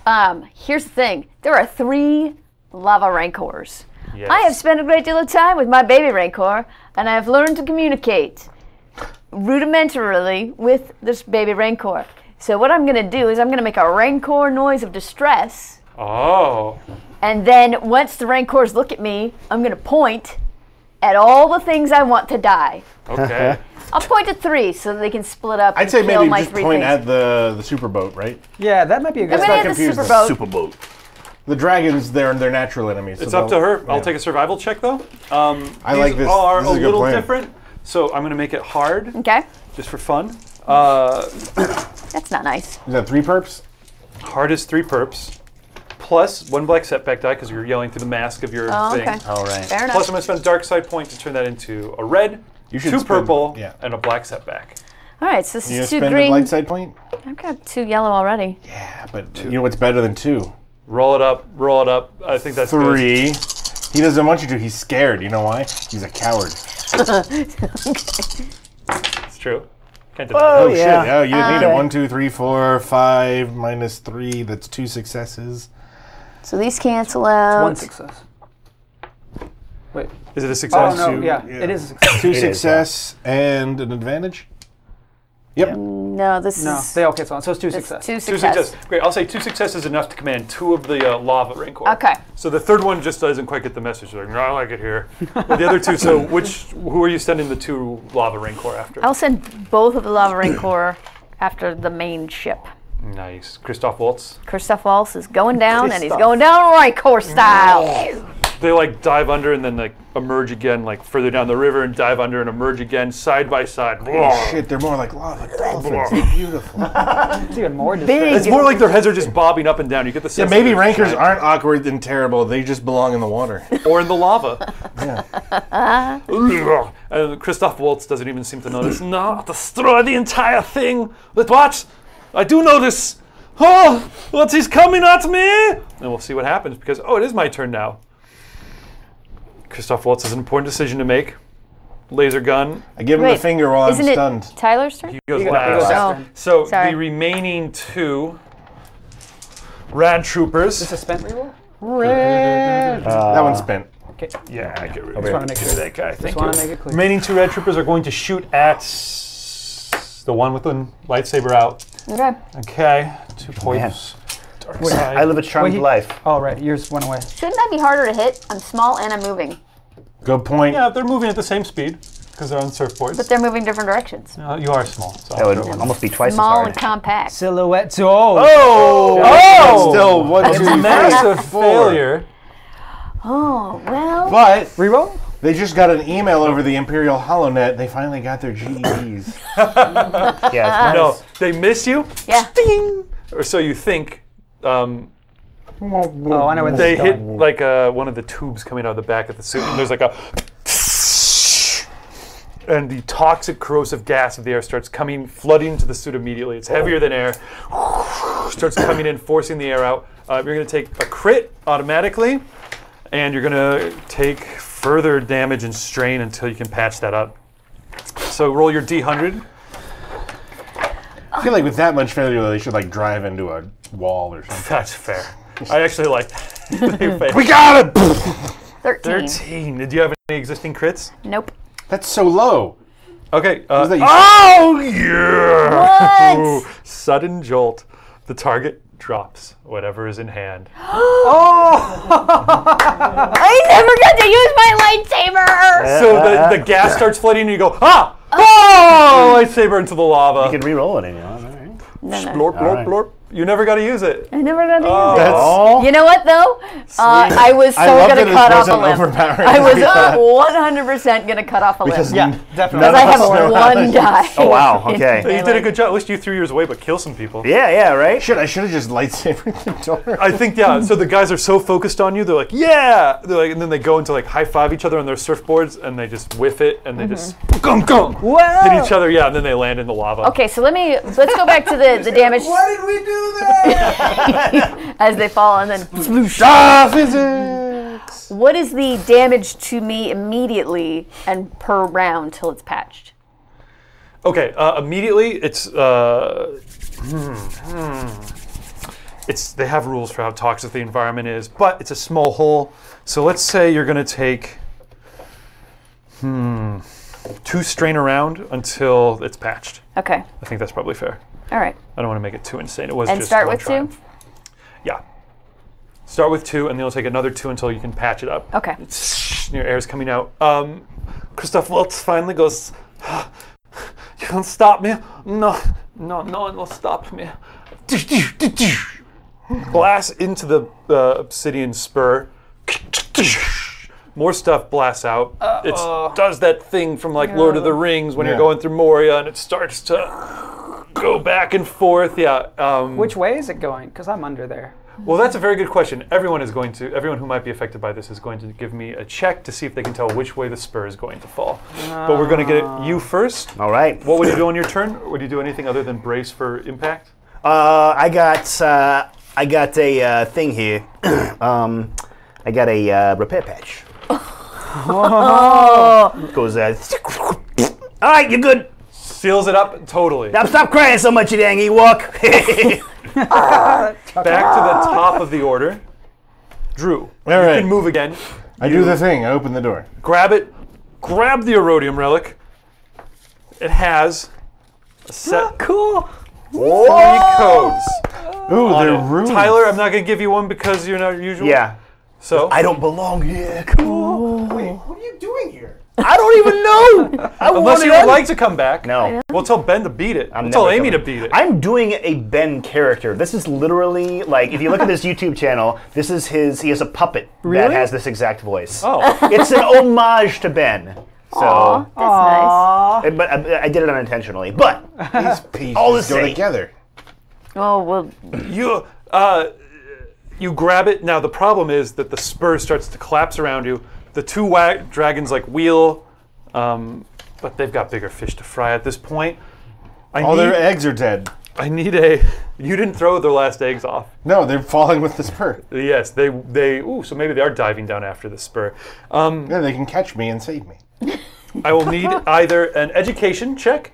B: Um, here's the thing. There are three lava rancors. I have
E: Yes.
B: spent a great deal of time with my baby rancor, and I have learned to communicate. rudimentarily with this baby rancor. So what I'm gonna do is I'm gonna make a rancor noise of distress,
E: Oh.
B: and then once the rancors look at me, I'm gonna point at all the things I want to die.
E: Okay.
B: I'll point at three so they can split up.
C: I'd
B: and
C: say
B: kill
C: maybe
B: my
C: just
B: three
C: point
B: things.
C: at the the super boat, right?
D: Yeah, that might be a good.
B: I'm gonna
D: idea.
B: hit the super
C: confuse the
B: boat.
H: Super boat.
C: The dragons, they're their natural enemies. so
E: It's up to
C: they'll-
E: her. I'll
C: yeah.
E: take a survival check though. Um,
C: I like
E: these
C: this.
E: Are
C: This is
E: a
C: a good
E: little
C: plan.
E: different, so I'm gonna make it hard
B: okay,
E: just for fun. Uh,
B: that's not nice.
C: Is that three perps?
E: hard is three perps, plus one black setback die because you're yelling through the mask of your
B: Oh,
E: thing.
B: okay,
F: All right.
B: fair enough.
E: Plus, I'm gonna spend a dark side point to turn that into a red,
C: You should
E: two
C: spend-
E: purple,
C: yeah.
E: and a black setback.
B: all right, so this
C: You gonna
B: is two
C: spend a
B: green.
C: light side point?
B: I've got two yellow already.
C: Yeah, but you know what's better than two?
E: Roll it up, roll it up. I think that's good.
C: Three. He doesn't want you to. He's scared. You know why? He's a coward.
E: It's true. Can't deny that.
F: Oh,
C: shit.
F: yeah.
C: Oh, you didn't need
B: Uh,
C: it. One, two, three, four, five, minus three. That's two successes.
B: So these cancel out.
D: one success. Wait.
E: Is it a
D: Oh
E: success?
D: no.
E: Two-
D: Yeah, it is a success.
C: Two
F: is, yeah.
C: success and an advantage. Yep.
B: No, this
D: no,
B: is
D: they all cancel. out, So it's two
B: this is
D: success.
B: two
E: Two
B: success.
E: success. Great. I'll say two success is enough to command two of the uh, lava rancor.
B: Okay.
E: So the third one just doesn't quite get the message. They're like, no, I like it here. But the other two. So which? Who are you sending the two lava rancor after?
B: I'll send both of the Lava Rancor after the main ship.
E: nice. Christoph Waltz.
B: Christoph Waltz is going down, and he's going down Rancor style.
E: They like dive under and then like emerge again, like further down the river and dive under and emerge again, side by side.
C: Shit, they're more like lava dolphins. They're beautiful.
D: It's even more
B: Big.
E: It's more like their heads are just bobbing up and down. You get the sense. that
C: Maybe
E: they're
C: rankers
E: giant-
C: aren't awkward and terrible. They just belong in the water.
E: or in the lava. and Christoph Waltz doesn't even seem to notice. no, I'll destroy the entire thing. But what? I do notice. Oh, what is coming at me? And we'll see what happens because oh, it is my turn now. Christoph Waltz has an important decision to make. Laser gun.
C: I give him the finger while I'm
B: isn't
C: stunned.
B: it Tyler's turn?
E: He goes
D: goes
E: last.
D: after
B: Oh,
D: him.
E: So
B: Sorry.
E: the remaining two. Rad troopers.
D: Suspend reroll.
C: that one's spent.
E: Yeah, I get rid of
D: Just want to make sure.
E: that guy.
D: Just
E: Thank you.
D: want to make it clear.
E: Remaining two red troopers are going to shoot at s- the one with the lightsaber out.
B: Okay.
E: Okay, two points. Dark side.
F: I live a charmed
D: Wait, he-
F: life.
D: All right, yours went away.
B: Shouldn't I be harder to hit? I'm small and I'm moving,
C: Good point.
E: yeah, they're moving at the same speed because they're on surfboards.
B: but they're moving different directions.
E: Uh, you are small. So.
F: That would almost be twice
B: Small
F: as
B: and
F: hard.
B: compact.
D: Silhouette. Oh.
E: oh,
C: But Still, one, two, three,
E: massive
C: four.
E: failure.
B: Oh well.
C: But
D: Reroll.
C: they just got an email over the Imperial HoloNet. They finally got their E GEDs.
F: Yeah,
E: No, they miss you,
B: Yeah.
E: or so you think. Um,
D: Oh, I know what
E: they
D: this is
E: hit
D: going.
E: like uh, one of the tubes coming out of the back of the suit, and there's like a. And the toxic corrosive gas of the air starts coming, flooding into the suit immediately. It's heavier than air. starts coming in, forcing the air out. Uh, you're going to take a crit automatically, and you're going to take further damage and strain until you can patch that up. So roll your D100.
C: I feel like with that much failure, they should like drive into a wall or something.
E: That's fair. I actually like that.
C: We got it.
B: Thirteen.
E: 13. Did you have any existing crits?
B: Nope.
C: That's so low.
E: Okay. Uh,
C: Is that you-
E: oh yeah!
B: What?
E: Sudden jolt. The target drops whatever is in hand.
B: I never got to use my lightsaber.
E: So the, the gas starts flooding, and you go ah! Oh! Lightsaber into the lava.
F: You can re-roll it if you want. All right.
B: No, no.
E: blorp, blorp, blorp. You never got to use it.
B: I never got to use it.
F: Oh,
B: You know what though? Uh, I was so
C: I love
B: gonna
C: that it
B: cut off a
C: wasn't
B: limb.
C: overpowering.
B: I was one hundred percent gonna cut off a limb.
C: Because
B: Because
D: Yeah,
C: n-
D: definitely.
B: I have
C: us know how to
B: one
C: use-
B: die.
F: Oh, wow, okay.
E: You did a good job. At least you threw yours away, but kill some people.
F: yeah, yeah, right?
C: Shit, I should have just lightsabered the door.
E: I think yeah. So the guys are so focused on you, they're like, yeah. They're like, and then they go into like high five each other on their surfboards, and they just whiff it, and they
F: Mm-hmm.
E: just gum gum hit each other. Yeah, and then they land in the lava.
B: Okay, so let me let's go back to the the damage
G: Why did we do that?
B: as they fall and then sploosh.
C: ah, physics.
B: What is the damage to me immediately and per round till it's patched?
E: Okay, uh, immediately it's uh, hmm, hmm. it's they have rules for how toxic the environment is, but it's a small hole. So let's say you're going to take hmm two strain around until it's patched.
B: Okay.
E: I think that's probably fair.
B: All right.
E: I don't want to make it too insane. It was
B: And
E: just
B: start
E: one
B: with two?
E: triumph. Yeah. Start with two, and then you'll take another two until you can patch it up.
B: Okay.
E: And your air's coming out. Um, Christoph Waltz finally goes, You can't stop me. No, no, no one will stop me. Blast into the uh, obsidian spur. More stuff blasts out. It does that thing from like Lord of the Rings when you're
C: Yeah.
E: going through Moria and it starts to go back and forth. Yeah. Um,
D: Which way is it going? Because I'm under there.
E: well, that's a very good question. Everyone is going to, everyone who might be affected by this is going to give me a check to see if they can tell which way the spur is going to fall. But we're going to get it you first.
F: Ah. All right.
E: What would you do on your turn? Would you do anything other than brace for impact?
F: Uh, I got uh, I got a uh, thing here. um, I got a uh, repair patch. Goes uh, All right, you're good.
E: Seals it up totally.
F: Now stop crying so much, you dang Ewok.
E: Back to the top of the order. Drew,
C: All
E: you
C: right.
E: can move again.
C: I do the thing. I open the door.
E: Grab it. Grab the erodium relic. It has a set
D: Cool.
E: three codes.
C: Ooh,
E: on
C: they're
E: it.
C: ruined.
E: Tyler, I'm not going to give you one because you're not usual.
F: yeah.
E: So
F: I don't belong here.
G: What are you doing here?
F: I don't even know. I
E: Unless
F: wanted
E: you would
F: other-
E: like to come back.
F: No.
E: We'll tell Ben to beat it. we'll
F: I'm
E: tell
F: never
E: Amy to
F: coming-
E: beat it.
F: I'm doing a Ben character. This is literally like if you look at this YouTube channel, this is his. He has a puppet that
D: Really?
F: has this exact voice.
E: oh.
F: It's an homage to Ben. So,
B: Aw, that's nice.
F: and- but I, I did it unintentionally. But
C: These pieces
F: All the
C: go
F: same.
C: together.
B: Oh well.
E: you, uh, you grab it. Now, the problem is that the spur starts to collapse around you. The two wa- dragons, like, wheel, um, but they've got bigger fish to fry at this point. I
C: All
E: need,
C: their eggs are dead.
E: I need a. You didn't throw their last eggs off.
C: No, they're falling with the spur.
E: Yes, they they. Ooh, so maybe they are diving down after the spur. Um,
C: Yeah, they can catch me and save me.
E: I will need either an education check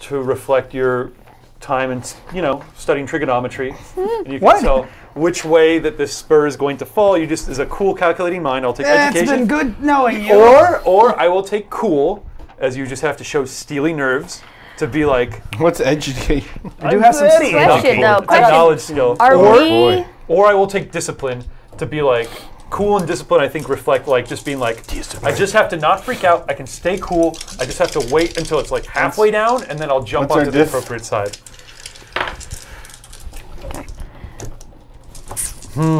E: to reflect your time and you know studying trigonometry. And you can
D: What?
E: tell which way that this spur is going to fall. You just as a cool calculating mind, I'll take
D: It's
E: education.
D: been good knowing you.
E: Or or I will take cool, as you just have to show steely nerves to be like
C: What's education?
D: I do have some
F: ready.
D: stuff.
B: Question though.
E: it's a knowledge
B: Question.
E: skill.
B: Are
E: or,
B: we?
C: boy.
E: or I will take discipline to be like cool and discipline. I think reflect like just being like I just have to not freak out. I can stay cool. I just have to wait until it's like halfway down, and then I'll jump
C: what's our
E: onto the
C: diff?
E: appropriate side.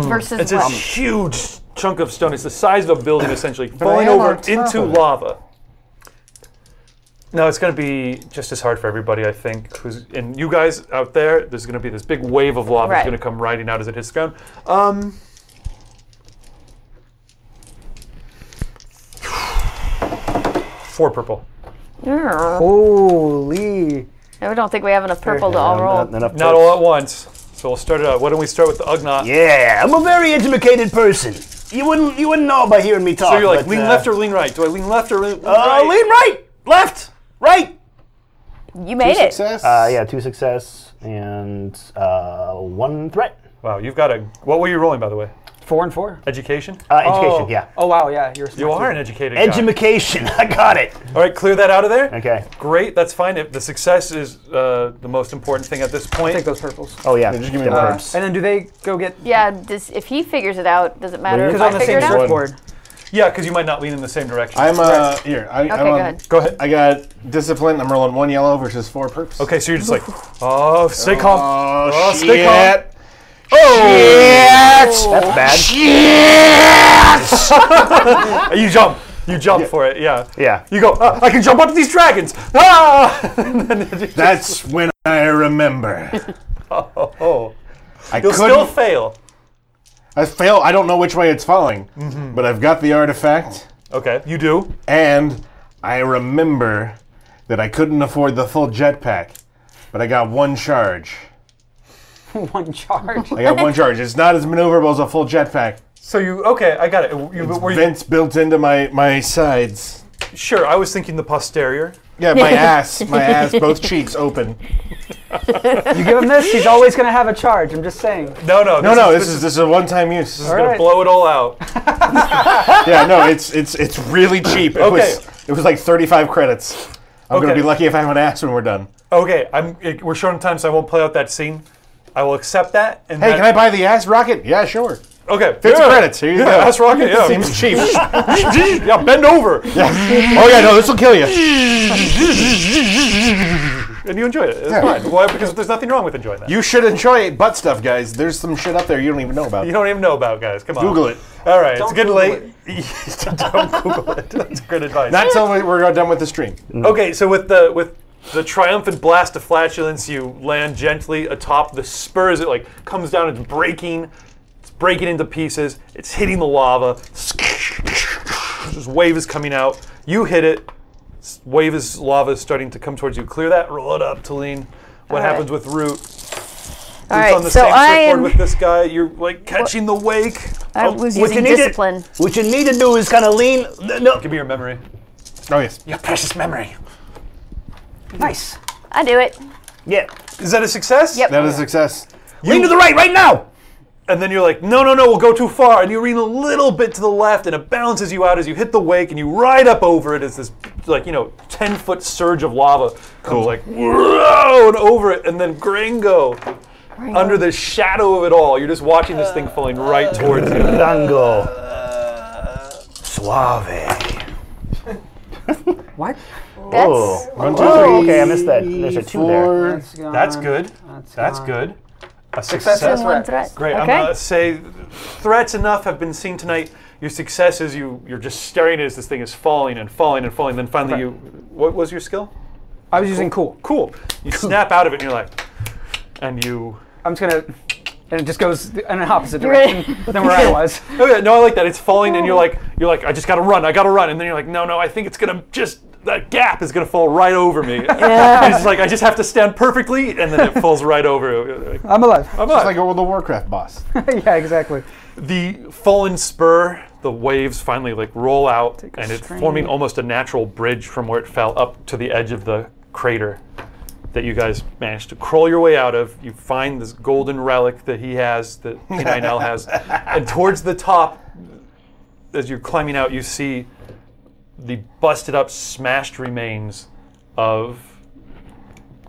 B: Versus
E: It's a
B: what?
E: huge chunk of stone. It's the size of a building, essentially, falling
C: am
E: over
C: on top
E: into
C: of it.
E: lava. No, it's going to be just as hard for everybody, I think. Who's and you guys out there? There's going to be this big wave of lava
B: Right.
E: that's going to come riding out as it hits the ground. Um, four purple.
B: Yeah.
D: Holy.
B: I don't think we have enough purple to all roll.
F: Not, enough
E: Not
F: folks.
E: all at once. So we'll start it out. Why don't we start with the Ugnaught?
F: Yeah, I'm a very educated person. You wouldn't you wouldn't know by hearing me talk.
E: So you're like
F: but,
E: lean
F: uh,
E: left or lean right? Do I lean left or lean, lean
F: uh,
E: right?
F: lean right, left, right.
B: You made it.
C: Success.
F: Uh, yeah, two success and uh, one threat.
E: Wow, you've got a. What were you rolling, by the way?
D: Four and four.
E: Education.
F: Uh, education, yeah.
D: Oh wow, yeah, you're.
E: You are an educated guy.
F: Education, I got it.
E: All right, clear that out of there.
F: Okay.
E: Great, that's fine. If the success is uh, the most important thing at this point.
D: Take those purples.
F: Oh yeah.
C: just give me
F: Yeah,
C: the
D: Uh,
F: verbs.
D: and then do they go get?
B: Yeah. Does, if he figures it out, does it matter?
D: Because
B: If
D: on
B: I
D: the
B: figure
D: same
B: it out.
D: surfboard.
E: Yeah, because you might not lean in the same direction.
C: I'm uh here. I,
B: Okay,
C: I'm
B: go
C: on,
B: ahead.
E: Go ahead.
C: I got discipline. I'm rolling one yellow versus four perps.
E: okay, so you're just like, oh, stay calm.
C: Oh,
E: Oh,
C: shit.
E: stay calm. Oh.
F: That's bad.
E: Uh, You jump. You jump for it. Yeah.
F: Yeah.
E: You go. "Ah, I can jump onto these dragons. Ah! And then it just-
C: That's when I remember.
E: oh,
C: I
E: you'll
C: couldn't.
E: still fail.
C: I fail. I don't know which way it's falling,
E: Mm-hmm.
C: but I've got the artifact,
E: Okay, you do.
C: and I remember that I couldn't afford the full jetpack, but I got one charge.
D: One charge.
C: I got one charge. It's not as maneuverable as a full jetpack.
E: So you okay? I got it. You, were you-
C: Vents built into my my sides.
E: sure? I was thinking the posterior.
C: Yeah, my ass, my ass, both cheeks open.
D: you give him this, he's always gonna have a charge. I'm just saying.
E: No, no,
C: No, no, this is this is a one-time use.
E: gonna
D: right.
E: blow it all out.
C: Yeah, no, it's it's it's really cheap. It
E: Okay,
C: was It was like 35 credits. I'm gonna
E: Okay.
C: be lucky if I have an axe when we're done.
E: Okay, I'm. It, we're short on time, so I won't play out that scene. I will accept that. And
C: Hey, can I buy the axe rocket? Yeah, sure.
E: Okay,
C: Fifty
E: yeah.
C: credits. Here you
E: yeah,
C: go.
E: That's rocket. Yeah,
C: Seems cheap.
E: yeah. Bend over,
C: oh yeah, no, this will kill you.
E: and you enjoy it. It's fine. Why? Because there's nothing wrong with enjoying that. You,
C: You should enjoy it, butt stuff, guys. There's some shit up there you don't even know about.
E: don't even know about guys. Come on.
C: Google it.
E: All right, it's getting
G: Google
E: late. don't Google it. That's good advice.
C: Not until we- we're done with the stream.
B: Mm.
E: Okay, so with the with the triumphant blast of flatulence, you land gently atop the spurs. It like comes down. It's breaking. It's breaking into pieces. It's hitting the lava. This wave is coming out. You hit it. S- Wave is lava is starting to come towards you. Clear that. Roll it up, Talene. What
B: All right.
E: happens with root? It's
B: All right,
E: on the
B: so
E: same
B: I
E: surfboard
B: am.
E: with this guy. You're like catching the wake. Um,
B: I was
F: what you
B: using
F: need to-
B: discipline.
F: What you need to do is kind of lean. No,
E: Give me your memory.
C: Oh yes.
E: Precious memory.
F: nice.
B: I do it.
F: Yeah,
E: Is that a success?
B: Yep.
C: That is success.
F: lean to the right right now.
E: and then you're like, no, no, no, we'll go too far. And you lean a little bit to the left, and it balances you out as you hit the wake, and you ride up over it as this, like, you know, 10 foot surge of lava comes, like, whoa, and over it. And then Gringo, under the shadow of it all, you're just watching this thing falling right towards you.
F: Tango. Suave.
D: What?
B: That's
C: One, two,
F: Oh,
C: three,
F: okay, I missed that. There's a two there.
C: four.
E: That's good. That's
D: gone.
E: good. A success.
D: That's
B: one
D: right.
B: threat.
E: Great. I'm
B: Okay.
E: gonna say threats enough have been seen tonight. Your successes, you you're just staring at it as this thing is falling and falling and falling. Then finally, you what was your skill?
D: I was using cool.
E: cool. You snap out of it and you're like, and you.
D: I'm just gonna, and it just goes in an opposite direction than where I was.
E: Oh yeah, no, I like that. It's falling, and you're like, you're like, I just gotta run, I gotta run, and then you're like, no, no, I think it's gonna just that gap is gonna fall right over me. And it's like I just have to stand perfectly, and then it falls right over. Like,
D: I'm alive.
E: I'm
C: It's
E: up.
C: like a World of Warcraft boss.
D: yeah, exactly.
E: the fallen spur, the waves finally like roll out,
D: a
E: and it's
D: strain.
E: forming almost a natural bridge from where it fell up to the edge of the crater that you guys managed to crawl your way out of. You find this golden relic that he has, that P9L has, and towards the top, as you're climbing out, you see the busted up, smashed remains of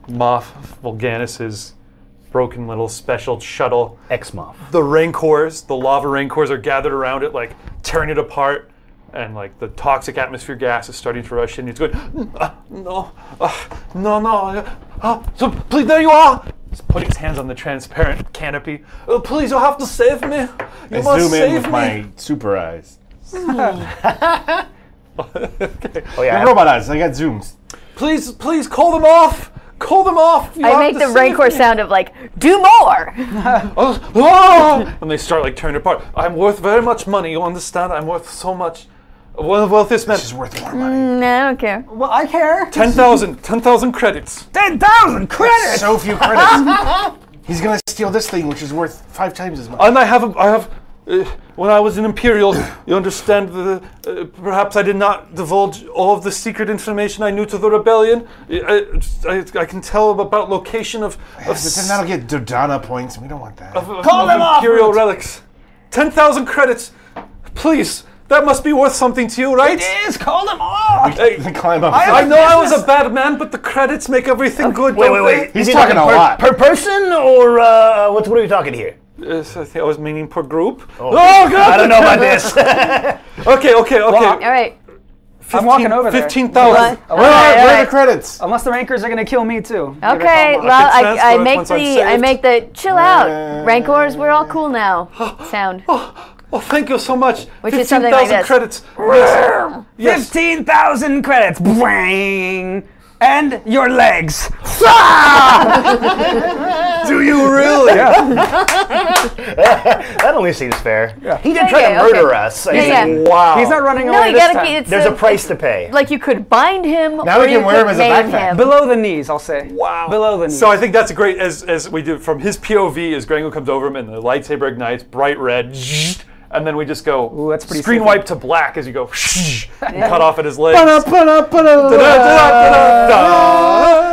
E: Moff Vulganus's broken little special shuttle
F: Exmoff.
E: the rancors, the lava rancors are gathered around it, like tearing it apart, and like the toxic atmosphere gas is starting to rush in. He's going, "Uh, no, uh, no, no, uh, uh, so please, there you are. He's putting his hands on the transparent canopy. "Uh, please, you have to save me. You
C: I
E: must
C: zoom
E: save
C: in with
E: me.
C: my super eyes.
F: Hmm. Oh yeah. I
C: They're
F: have-
C: robot eyes. I got zooms.
E: Please, please, call them off. Call them off. You
B: I
E: have
B: make
E: to
B: the
E: save
B: rancor
E: me."
B: sound of like, do more.
E: "Oh, oh," and they start like tearing it apart. I'm worth very much money. You understand? I'm worth so much. Well, well, this man.
C: It's worth more money.
B: No, I don't care.
D: Well, I care.
E: 10,000, 10,000 credits.
F: Ten thousand credits.
C: So few credits. He's gonna steal this thing, which is worth five times as much.
E: And I have, a, I have, uh, when I was an Imperial, you understand, the, uh, perhaps I did not divulge all of the secret information I knew to the rebellion. I, I, I can tell about location
D: Oh,
E: of, of,
C: But then
E: s-
C: that'll get Dodana points. We don't want that.
E: of- of Imperial relics. 10,000 credits. Please, that must be worth something to you, right?
D: Is call them off.
E: Hey,
C: Climb up.
E: I know I was a bad man, but the credits make everything good.
F: Wait, wait,
E: don't
F: wait.
E: they?
C: He's
F: You
C: talking
F: mean
C: a
F: per,
C: lot.
F: Per person or uh, what? What are we talking here?
E: Yes, I, think I was meaning per group. Oh, God!
F: I don't know about this.
E: Okay, okay, okay.
B: All right.
D: I'm walking over there.
E: 15,000.
B: What? All
C: Where are, where are
B: right.
C: the credits?
D: Unless the rankers are gonna kill me too.
B: Okay, well,
E: Consent
B: I, I
E: vote
B: make
E: once I'm
B: the I
E: saved.
B: make the chill out rancors. We're all cool now. Sound.
E: Oh, thank you so much.
B: Which is something like
E: 15,000
B: this.
E: credits. Yes. yes.
D: Fifteen thousand credits. Bling. And your legs.
E: Do you really?
F: that only seems fair. He did try
B: Okay,
F: to murder
B: okay.
F: us. I
B: Yeah,
F: mean,
B: yeah.
F: Wow.
D: He's not running
B: No,
D: away
B: you
D: this
B: gotta
D: time.
B: keep. It's
F: There's a price to pay.
B: Like you could bind him.
C: Now
B: or
C: we can
B: you
C: wear him
B: could
C: as a
B: maim
C: backpack.
B: him.
D: Below the knees, I'll say.
E: Wow.
D: Below the knees.
E: So I think that's a great as as we do from his POV as Grango comes over him and the lightsaber ignites bright red. zzzzt, And then we just go
D: Ooh, that's pretty
E: screen
D: slick.
E: wipe to black as you go shh, and cut off at his legs.
C: Ba-da-ba-da-ba-da.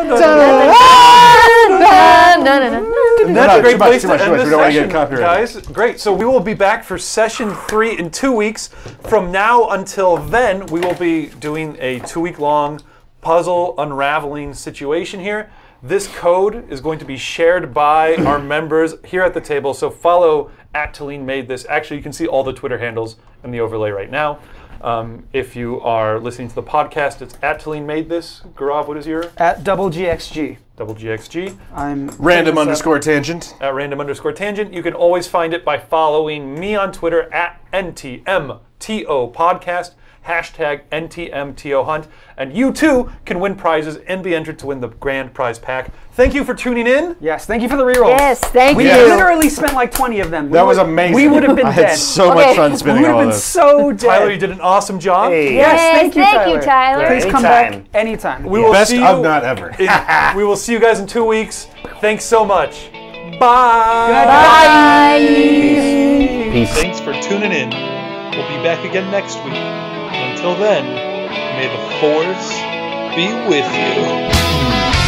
E: Da-da-da-da-da.
B: No, no, no, no.
E: That's a great
C: too much,
E: place
C: too
E: to
C: much, too
E: end
C: much.
E: this
C: We don't wanna get
E: session,
C: copyrighted.
E: guys. Great. So we will be back for session three in two weeks. From now until then, we will be doing a two-week-long puzzle unraveling situation here. This code is going to be shared by our members here at the table. So follow at Talene made this. Actually, you can see all the Twitter handles in the overlay right now. Um, if you are listening to the podcast, it's at Talene made this. Garav, what is your
D: At double GXG.
E: double GXG?
D: I'm
C: Random
D: What's up?
C: underscore tangent.
E: at random underscore tangent. You can always find it by following me on Twitter at NTMTO podcast, hashtag NTMTO hunt. And you too can win prizes and be entered to win the grand prize pack. Thank you for tuning in.
D: Yes, thank you for the rerolls.
B: Yes, thank
D: we
B: you.
D: literally spent like 20 of them. We
C: That
D: would-
C: was amazing.
D: We would have been
C: I
D: dead.
C: had so
B: Okay.
C: much fun
D: we
C: spinning
D: would have
C: all
D: been
C: this.
D: so dead.
E: Tyler, you did an awesome job.
F: Hey.
D: Yes,
B: Yes,
D: thank you,
B: thank you,
D: Tyler.
B: Tyler.
D: Please come
F: Anytime.
D: back anytime.
E: We will
C: Best
E: see
C: of
E: you-
C: not ever.
E: it- we will see you guys in two weeks. Thanks so much. Bye. Thanks for tuning in. We'll be back again next week. Until then, may the force be with you.